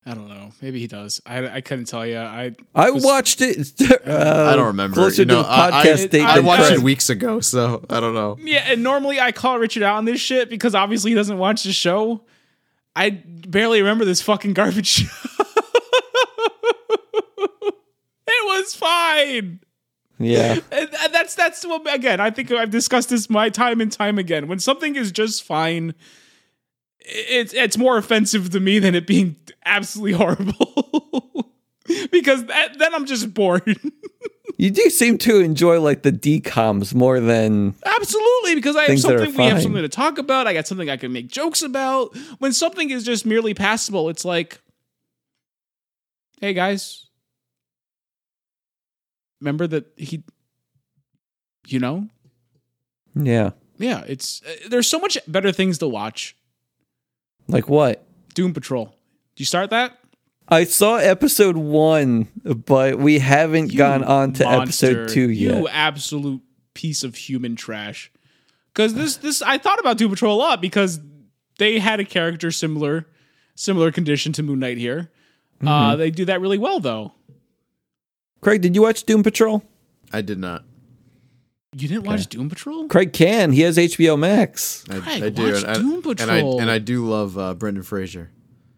I don't know. Maybe he does. I, I couldn't tell you. I
I
was-
watched it. uh,
I don't remember.
Closer
you know,
to the
I- I-
podcast date
I,
than
watched
Craig.
it weeks ago, so I don't know.
Yeah, and normally I call Richard out on this shit because obviously he doesn't watch the show. I barely remember this fucking garbage show. it was fine.
Yeah,
And and that's that's what again. I think I've discussed this my time and time again. When something is just fine, it's it's more offensive to me than it being absolutely horrible. because that, then I'm just bored.
you do seem to enjoy like the decoms more than
Absolutely, because I have
Things that are
something. We have
fine.
something to talk about. I got something I can make jokes about. When something is just merely passable, it's like, hey guys, remember that he, you know,
yeah.
yeah. It's uh, there's so much better things to watch.
Like what?
Doom Patrol. Do you start that?
I saw episode one, but we haven't
You
gone on to
monster.
episode two yet.
You absolute piece of human trash. Because this this I thought about Doom Patrol a lot because they had a character similar similar condition to Moon Knight here.
Mm-hmm.
Uh, they do that really well though.
Craig, did you watch Doom Patrol?
I did not.
You didn't watch Doom Patrol?
Craig can. He has HBO Max.
I,
Craig,
I do.
watch
And I,
Doom
and I
Patrol.
and I do love uh, Brendan Fraser.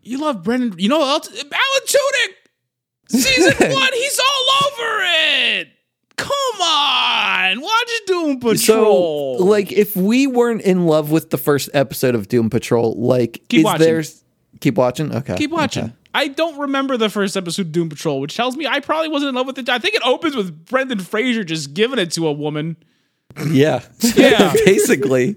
You love Brendan. You know what else? Alan Tudyk. Season one, he's all over it. Come on, watch Doom Patrol.
So, like, if we weren't in love with the first episode of Doom Patrol, like,
Keep
is
watching.
there? Keep watching. Okay.
Keep watching.
Okay.
I don't remember the first episode of Doom Patrol, which tells me I probably wasn't in love with it. I think it opens with Brendan Fraser just giving it to a woman.
Yeah.
Yeah.
Basically.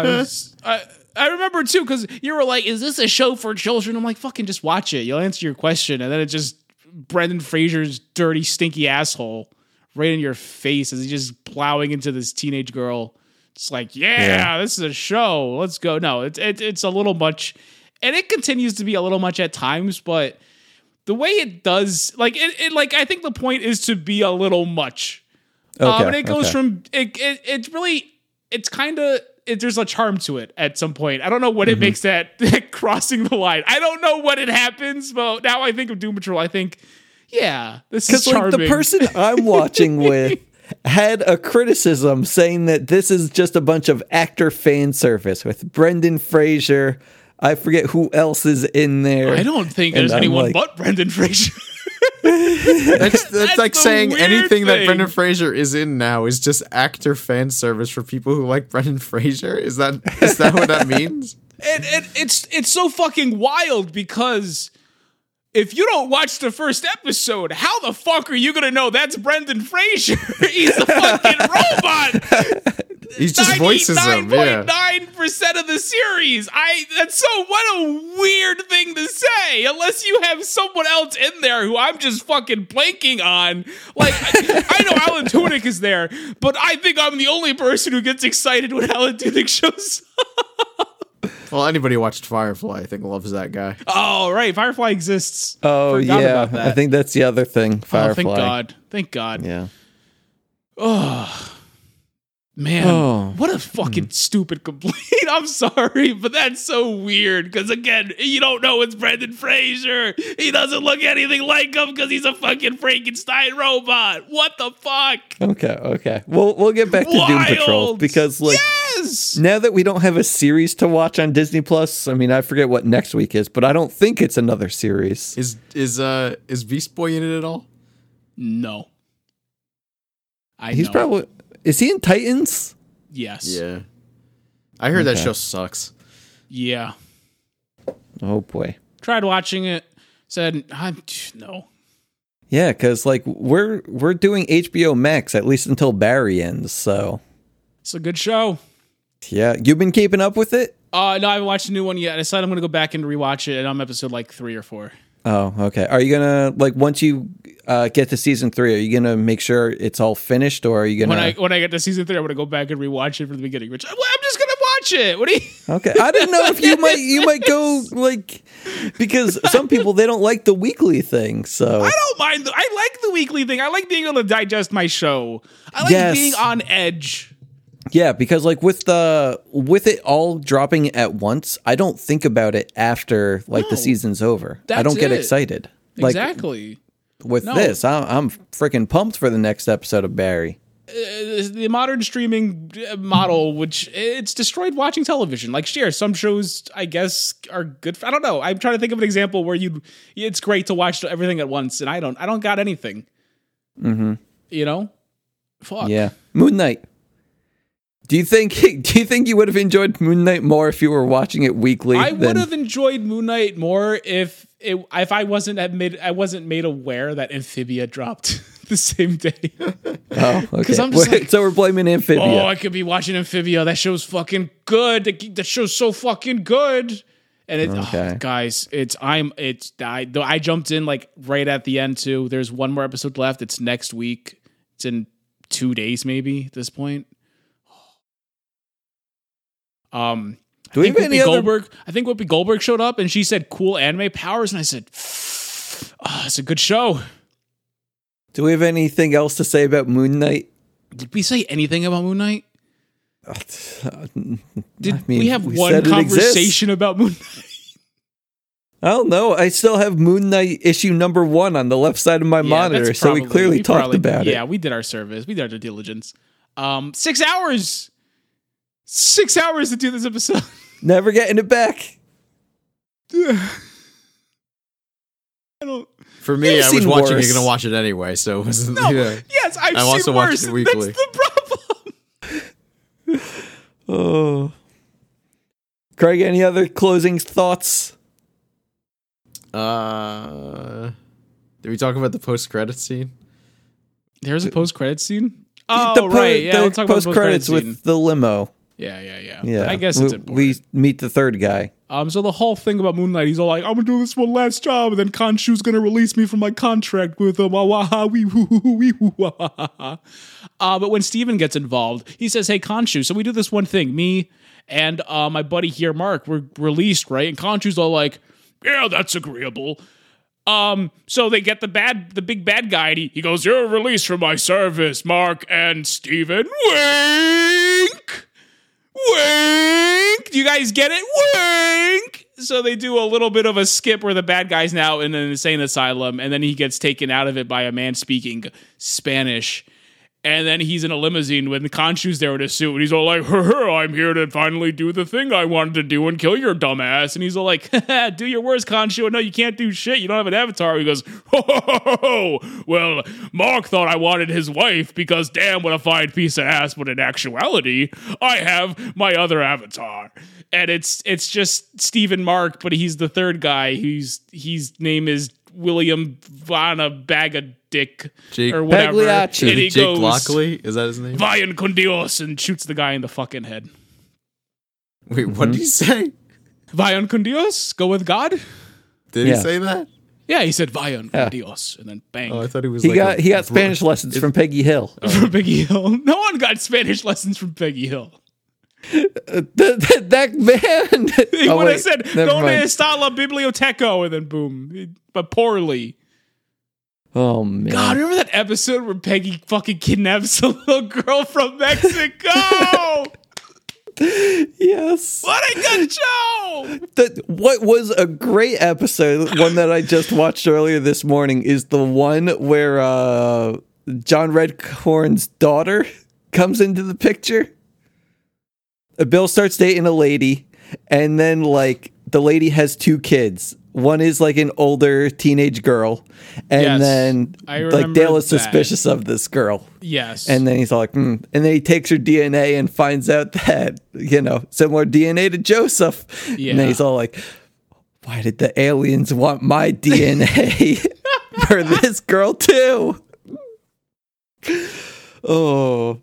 it's- I, I remember too, because you were like, is this a show for children? I'm like, fucking just watch it. You'll answer your question. And then it just Brendan Fraser's dirty, stinky asshole right in your face as he's just plowing into this teenage girl. It's like, yeah, this is a show. Let's go. No, it's it, it's a little much. And it continues to be a little much at times, but the way it does, like it, it like I think the point is to be a little much. Uh,
Okay,
but it goes
okay.
from it, it. It's really. It's kind of. It, there's a charm to it at some point. I don't know what it makes that crossing the line. I don't know what it happens, but now I think of Doom Patrol. I think, yeah, this
Because
is charming.
like the person I'm watching with had a criticism saying that this is just a bunch of actor fan service with Brendan Fraser. I forget who else is in there.
I don't think
And
there's
I'm
anyone
like-
but Brendan Fraser.
That's, that's, like
the
saying
weird
anything that
thing.
Brendan Fraser is in now is just actor fan service for people who like Brendan Fraser. Is that is that what that means?
and, and it's it's so fucking wild because if you don't watch the first episode, how the fuck are you gonna know that's Brendan Fraser? He's a fucking robot.
He just voices him. Yeah.
Nine percent of the series. I. That's so. What a weird thing to say. Unless you have someone else in there who I'm just fucking blanking on. Like I, I know Alan Tudyk is there, but I think I'm the only person who gets excited when Alan Tudyk shows. up.
Well, anybody who watched Firefly, I think, loves that guy.
Oh right, Firefly exists.
Oh
Forgot
yeah,
about that.
I think that's the other thing. Firefly.
Oh, thank God. Thank God.
Yeah.
Oh, man.
Oh.
What a fucking stupid complaint. I'm sorry, but that's so weird. Because again, you don't know it's Brendan Fraser. He doesn't look anything like him because he's a fucking Frankenstein robot. What the fuck?
Okay. Okay. We'll we'll get back to Doom Patrol
Wild.
because like
yes.
now that we don't have a series to watch on Disney Plus, I mean I forget what next week is, but I don't think it's another series.
Is is uh is Beast Boy in it at all?
No. I
He's
know.
probably is he in Titans?
yes.
Yeah. I heard that
Okay.
show sucks.
yeah.
Oh boy.
Tried watching it. Said I'm no.
Yeah, because like we're we're doing HBO Max at least until Barry ends. So
It's a good show.
yeah, you've been keeping up with it.
Uh, no, I haven't watched a new one yet. I decided I'm going to go back and rewatch it, and I'm episode like three or four.
Oh, okay. Are you gonna like once you uh, get to season three? Are you gonna make sure it's all finished, or are you gonna?
When I when I get to season three, I'm going to go back and rewatch it from the beginning. Which well, I'm just going to watch it. What do you?
okay, I didn't know if you might you might go like because some people they don't like the weekly thing. So
I don't mind. The, I like the weekly thing. I like being able to digest my show. I like
Yes.
being on edge.
Yeah, because like with the with it all dropping at once, I don't think about it after like the
No.
season's over. I
That's
don't get
it.
excited. Like
exactly.
with
No.
this, I'm, I'm freaking pumped for the next episode of Barry.
is Uh, the modern streaming uh, model, which it's destroyed watching television. Like, sure, some shows I guess are good. For, I don't know. I'm trying to think of an example where you it's great to watch everything at once, and I don't. I don't got anything. Mm-hmm. You know, fuck.
Yeah, Uh, Moon Knight. Do you think do you think you would have enjoyed Moon Knight more if you were watching it weekly?
I would
than-
have enjoyed Moon Knight more if it, if I wasn't had made I wasn't made aware that Amphibia dropped the same day.
Oh, okay.
I'm just
Wait,
like-
so we're blaming Amphibia.
Oh, I could be watching Amphibia. That show's fucking good. That, that show's so fucking good. And it,
Okay.
oh, guys, it's I'm it's I I jumped in like right at the end too. There's one more episode left. It's next week. It's in two days maybe at this point. Um,
Do
I
we
think
have any
Whoopi
other-
Goldberg. I think Whoopi Goldberg showed up and she said cool anime powers, and I said, oh, it's a good show.
Do we have anything else to say about Moon Knight?
Did we say anything about Moon Knight? Did
I mean,
we have
we
one
said it exists.
conversation about Moon Knight?
I don't know. I still have Moon Knight issue number one on the left side of my
Yeah,
monitor,
that's
so we
probably-
clearly talked
probably-
about
Yeah,
it.
we did our service. We did our diligence. Um, six hours. Six hours to do this episode.
Never getting it back.
I don't.
For me,
You've
I was
seen
watching
worse.
it, gonna watch it anyway, so it wasn't.
No.
yeah.
Yes, I've
I
seen
also watched
worse.
it weekly.
That's the problem.
Oh, Craig, any other closing thoughts?
Uh, did we talk about the post credit scene?
There's a post credit scene. Oh
the pro-
right, yeah.
the
we'll talk about the
post credits
post-credit
with
scene.
the limo.
Yeah, yeah, yeah.
Yeah,
I guess
we,
it's important.
we meet the third guy.
Um, so the whole thing about Moonlight, he's all like, "I'm gonna do this one last job, and then Khonshu's gonna release me from my contract with him." Ah, wah, ha, wee, woo, woo, woo, wee, woo, wah, ha, ha, ha. Uh, but when Steven gets involved, he says, "Hey, Khonshu, so we do this one thing. Me and uh, my buddy here, Mark, we're released, right?" And Khonshu's all like, "Yeah, that's agreeable." Um, so they get the bad, the big bad guy, and he, he goes, "You're released from my service, Mark and Steven. Wink. Wink! Do you guys get it? Wink! So they do a little bit of a skip where the bad guy's now in an insane asylum, and then he gets taken out of it by a man speaking Spanish. And then he's in a limousine when Khonshu's there in a suit, and he's all like, "Hur, hur, I'm here to finally do the thing I wanted to do and kill your dumbass. And he's all like, do your worst, Khonshu. No, you can't do shit. You don't have an avatar. He goes, ho, ho, ho, ho, ho. well, Mark thought I wanted his wife because damn, what a fine piece of ass. But in actuality, I have my other avatar. And it's it's just Stephen Mark, but he's the third guy whose he's name is William Vana Bagadick
Jake-
or whatever.
Pagliacci.
And he
Jake
goes,
Lockley is that his name?
Vayan con Dios and shoots the guy in the fucking head.
Wait, what did he say?
Vayan con Dios, go with God.
Did
Yeah.
he say that?
Yeah, he said Vayan con
Yeah.
Dios, and then bang.
Oh, I thought he was.
He
like
got
a- Oh.
he got Spanish lessons from Peggy Hill.
from Peggy Hill. No one got Spanish lessons from Peggy Hill.
Th- th- that man.
He
Oh,
would have
wait,
said,
never
"Go to
mind.
Estala Biblioteco," and then boom, but poorly.
Oh man.
God, remember that episode where Peggy fucking kidnaps a little girl from Mexico?
Yes.
what a good show!
the, what was a great episode, one that I just watched earlier this morning, is the one where uh, John Redcorn's daughter comes into the picture. Uh, Bill starts dating a lady, and then like the lady has two kids. One is like an older teenage girl, and
Yes,
then
I
like Dale
remember
is
that.
suspicious of this girl.
Yes,
And then he's all like, hmm. and then he takes her DNA and finds out that, you know, similar DNA to Joseph. And
Yeah.
then he's all like, why did the aliens want my DNA for this girl too? Oh,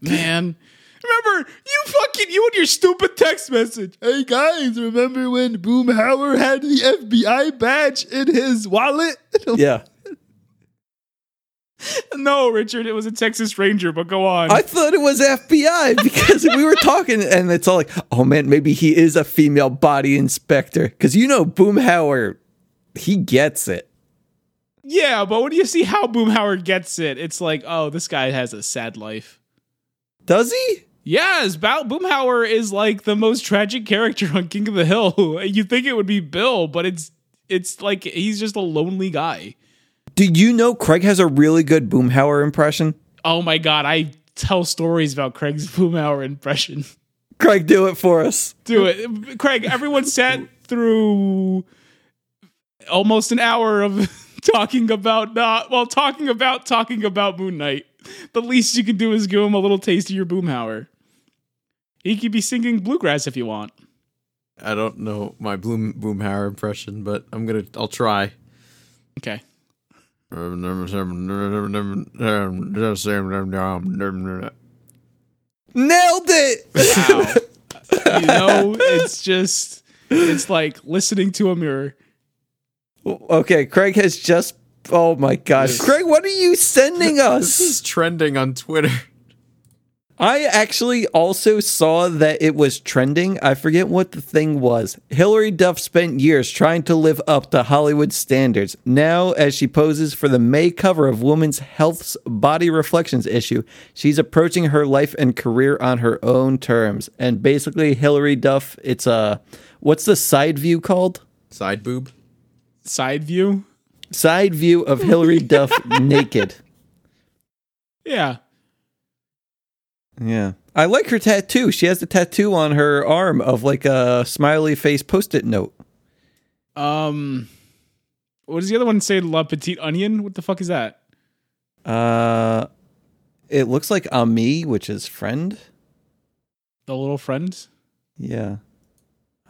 man. Remember, you fucking you and your stupid text message.
Hey guys, remember when Boomhauer had the FBI badge in his wallet?
yeah.
No, Richard, it was a Texas Ranger. But go on.
I thought it was FBI because we were talking, and it's all like, oh man, maybe he is a female body inspector. Because you know, Boomhauer, he gets it.
yeah, but when you see how Boomhauer gets it, it's like, oh, this guy has a sad life.
Does he?
Yes, Bow- Boomhauer is like the most tragic character on King of the Hill. You think it would be Bill, but it's it's like he's just a lonely guy.
Did you know Craig has a really good Boomhauer impression?
Oh my god, I tell stories about Craig's Boomhauer impression.
Craig, do it for us.
Do it, Craig. Everyone sat through almost an hour of talking about not well talking about talking about Moon Knight. The least you can do is give him a little taste of your Boomhauer. He could be singing bluegrass if you want.
I don't know my Bloom Boomhauer impression, but I'm gonna. I'll try.
Okay.
That's
Nailed it.
Wow. you know, it's just it's like listening to a mirror.
okay, Craig has just. Oh my gosh, Craig, what are you sending us?
trending on Twitter.
I actually also saw that it was trending. I forget what the thing was. Hillary Duff spent years trying to live up to Hollywood standards. Now, as she poses for the May cover of Women's Health's Body Reflections issue, she's approaching her life and career on her own terms. And basically, Hillary Duff, it's a what's the side view called?
Side boob.
Side view.
Side view of Hillary Duff naked.
Yeah.
Yeah. I like her tattoo. She has the tattoo on her arm of like a smiley face post it note.
Um what does the other one say? La petite onion? What the fuck is that?
Uh, it looks like Ami, which is friend.
The little friends?
Yeah.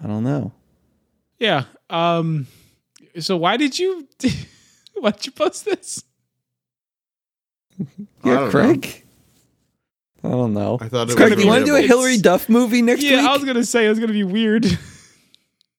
I don't know.
Yeah. Um so why did you why'd you post this?
I
Yeah,
don't
Craig. I don't know.
I thought it
Craig,
was
do you want to do a
relatable.
Hillary Duff movie next
yeah, I was
week?
gonna say it was gonna be weird.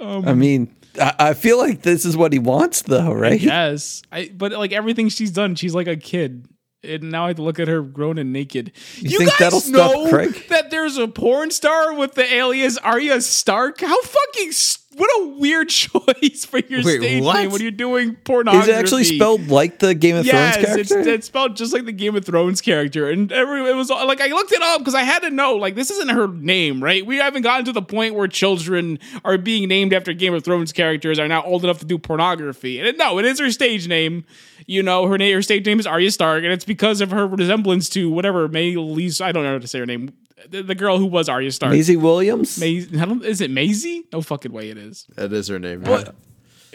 um
I mean, I, I feel like this is what he wants, though, right?
Yes, I. But like everything she's done, she's like a kid, and now I have to look at her grown and naked. You,
think
guys
that'll stop
know
Craig?
that there's a porn star with the alias Arya Stark. How fucking s- what a weird choice for your
Wait,
stage
what?
name when you're doing pornography.
Is it actually spelled like the Game of
Yes,
Thrones
it's,
character?
it's spelled just like the Game of Thrones character, and every it was like I looked it up because I had to know. Like this isn't her name, right? We haven't gotten to the point where children are being named after Game of Thrones characters are now old enough to do pornography. And it, no, it is her stage name. You know, her name, her stage name is Arya Stark, and it's because of her resemblance to whatever May Lise. I don't know how to say her name. The, the girl who was Arya Stark.
Maisie Williams?
Maisie- I don't, is it Maisie? No fucking way it is
That is her name. yeah.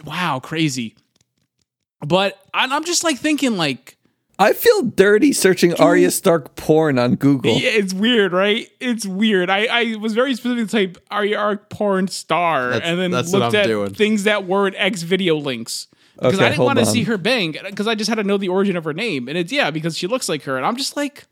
wow, crazy. But I- I'm just like thinking, like,
I feel dirty searching Arya Stark porn on Google.
yeah, it's weird, right? It's weird. I, I was very specific to type are you a porn star
That's-
and then
that's what
looked
I'm
at
doing.
things that were in X video links. Because
Okay,
I didn't
hold
want to
on.
see her bang because I just had to know the origin of her name. And it's yeah, because she looks like her. And I'm just like,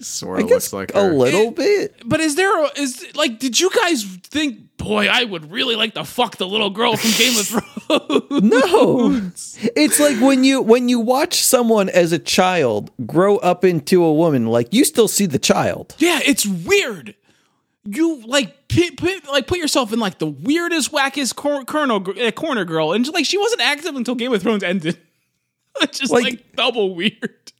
Sort
I
of
guess
looks like
a
her.
little bit.
but is there a, is like did you guys think, boy, I would really like to fuck the little girl from Game of Thrones?
No. It's like when you when you watch someone as a child grow up into a woman, like you still see the child.
Yeah, it's weird. You like pit, pit, like put yourself in like the weirdest, wackest cor- corner, uh, corner girl, and like she wasn't active until Game of Thrones ended. It's just
Like-
like, double weird.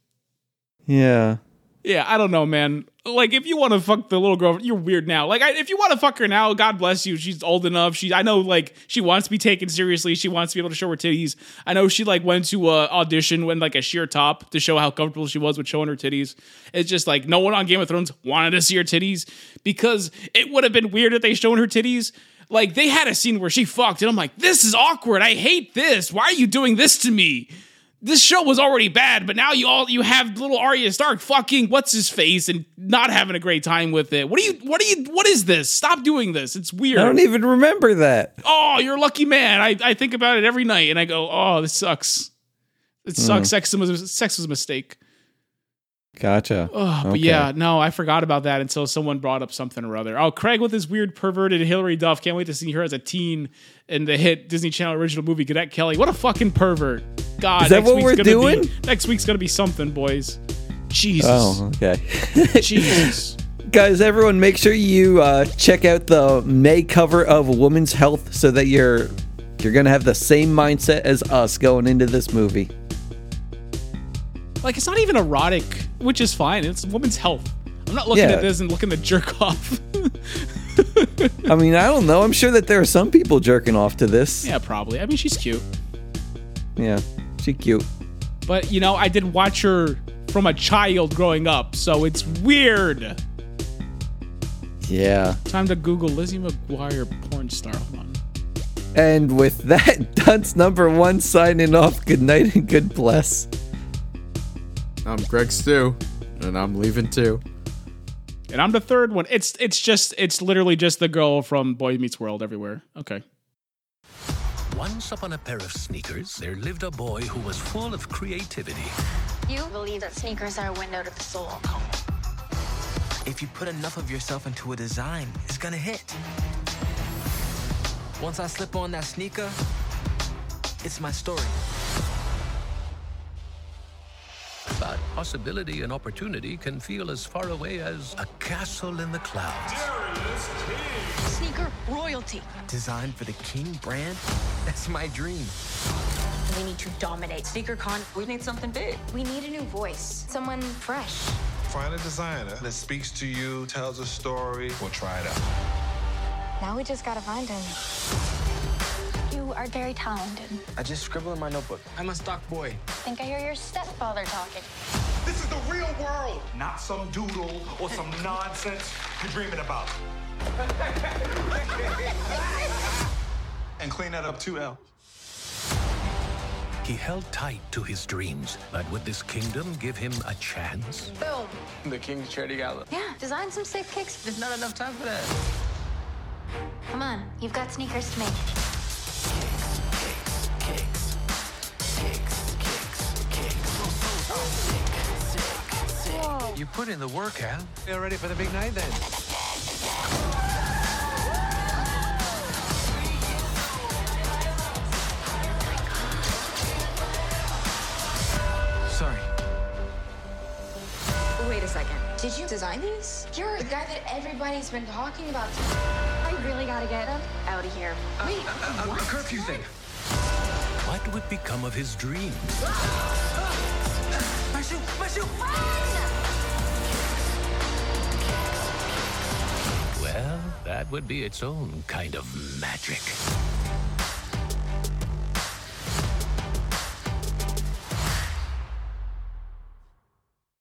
Yeah.
Yeah, I don't know, man. Like if you want to fuck the little girl, you're weird now. Like I, if you want to fuck her now, God bless you. She's old enough. She, I know, like she wants to be taken seriously. She wants to be able to show her titties. I know she like went to uh, audition when like a sheer top to show how comfortable she was with showing her titties. It's just like no one on Game of Thrones wanted to see her titties because it would have been weird if they shown her titties. Like they had a scene where she fucked, and I'm like, this is awkward. I hate this. Why are you doing this to me? this show was already bad, but now you all you have little Arya Stark fucking what's his face and not having a great time with it. What do you what do you what is this? Stop doing this. It's weird.
I don't e- even remember that.
oh, you're a lucky man. I, I think about it every night and I go, oh, this sucks.
Hmm.
It sucks. Sex was sex was a mistake.
Gotcha.
Oh, but
Okay.
yeah, no, I forgot about that until someone brought up something or other. Oh, Craig with his weird perverted Hillary Duff. Can't wait to see her as a teen in the hit Disney Channel original movie Cadet Kelly. What a fucking pervert! God,
Is that
next
what
week's
we're
gonna be-
doing?
next week's gonna be something, boys. Jesus,
Oh, okay.
Jesus.
Guys, everyone, make sure you uh, check out the May cover of Woman's Health so that you're you're gonna have the same mindset as us going into this movie.
like it's not even erotic, which is fine. It's women's health. I'm not looking
Yeah.
at this and looking to jerk off.
I mean, I don't know. I'm sure that there are some people jerking off to this.
yeah, probably. I mean, she's cute.
Yeah. She cute.
But, you know, I did watch her from a child growing up, so it's weird.
Yeah.
Time to Google Lizzie McGuire porn star. Hold on.
And with that, Dunce number one signing off. Good night and good bless.
I'm Greg Stew, and I'm leaving too.
And I'm the third one. It's it's just it's literally just the girl from Boy Meets World everywhere. Okay.
Once upon a pair of sneakers, there lived a boy who was full of creativity.
You believe that sneakers are a window to the soul.
If you put enough of yourself into a design, it's gonna hit. Once I slip on that sneaker, it's my story.
But possibility and opportunity can feel as far away as a castle in the clouds.
Sneaker royalty.
Designed for the King brand? That's my dream.
We need to dominate. SneakerCon, we need something big. We need a new voice, someone fresh.
Find a designer that speaks to you, tells a story. We'll try it out.
Now we just gotta find him. You are very talented.
I just scribble in my notebook. I'm a stock boy.
I think I hear your stepfather talking.
This is the real world, not some doodle or some nonsense you're dreaming about. and clean that up too, L.
He held tight to his dreams, but would this kingdom give him a chance?
Boom.
The King's charity gala.
Yeah, design some sick kicks.
There's not enough time for that.
Come on, you've got sneakers to make.
You put in the work, Al. You're ready for the big night then. Sorry.
Wait a second. Did you design these? You're the guy that everybody's been talking about. I really gotta get him out of here. Wait,
A curfew thing.
What would become of his dreams?
My shoe, my shoe.
Well, that would be its own kind of magic.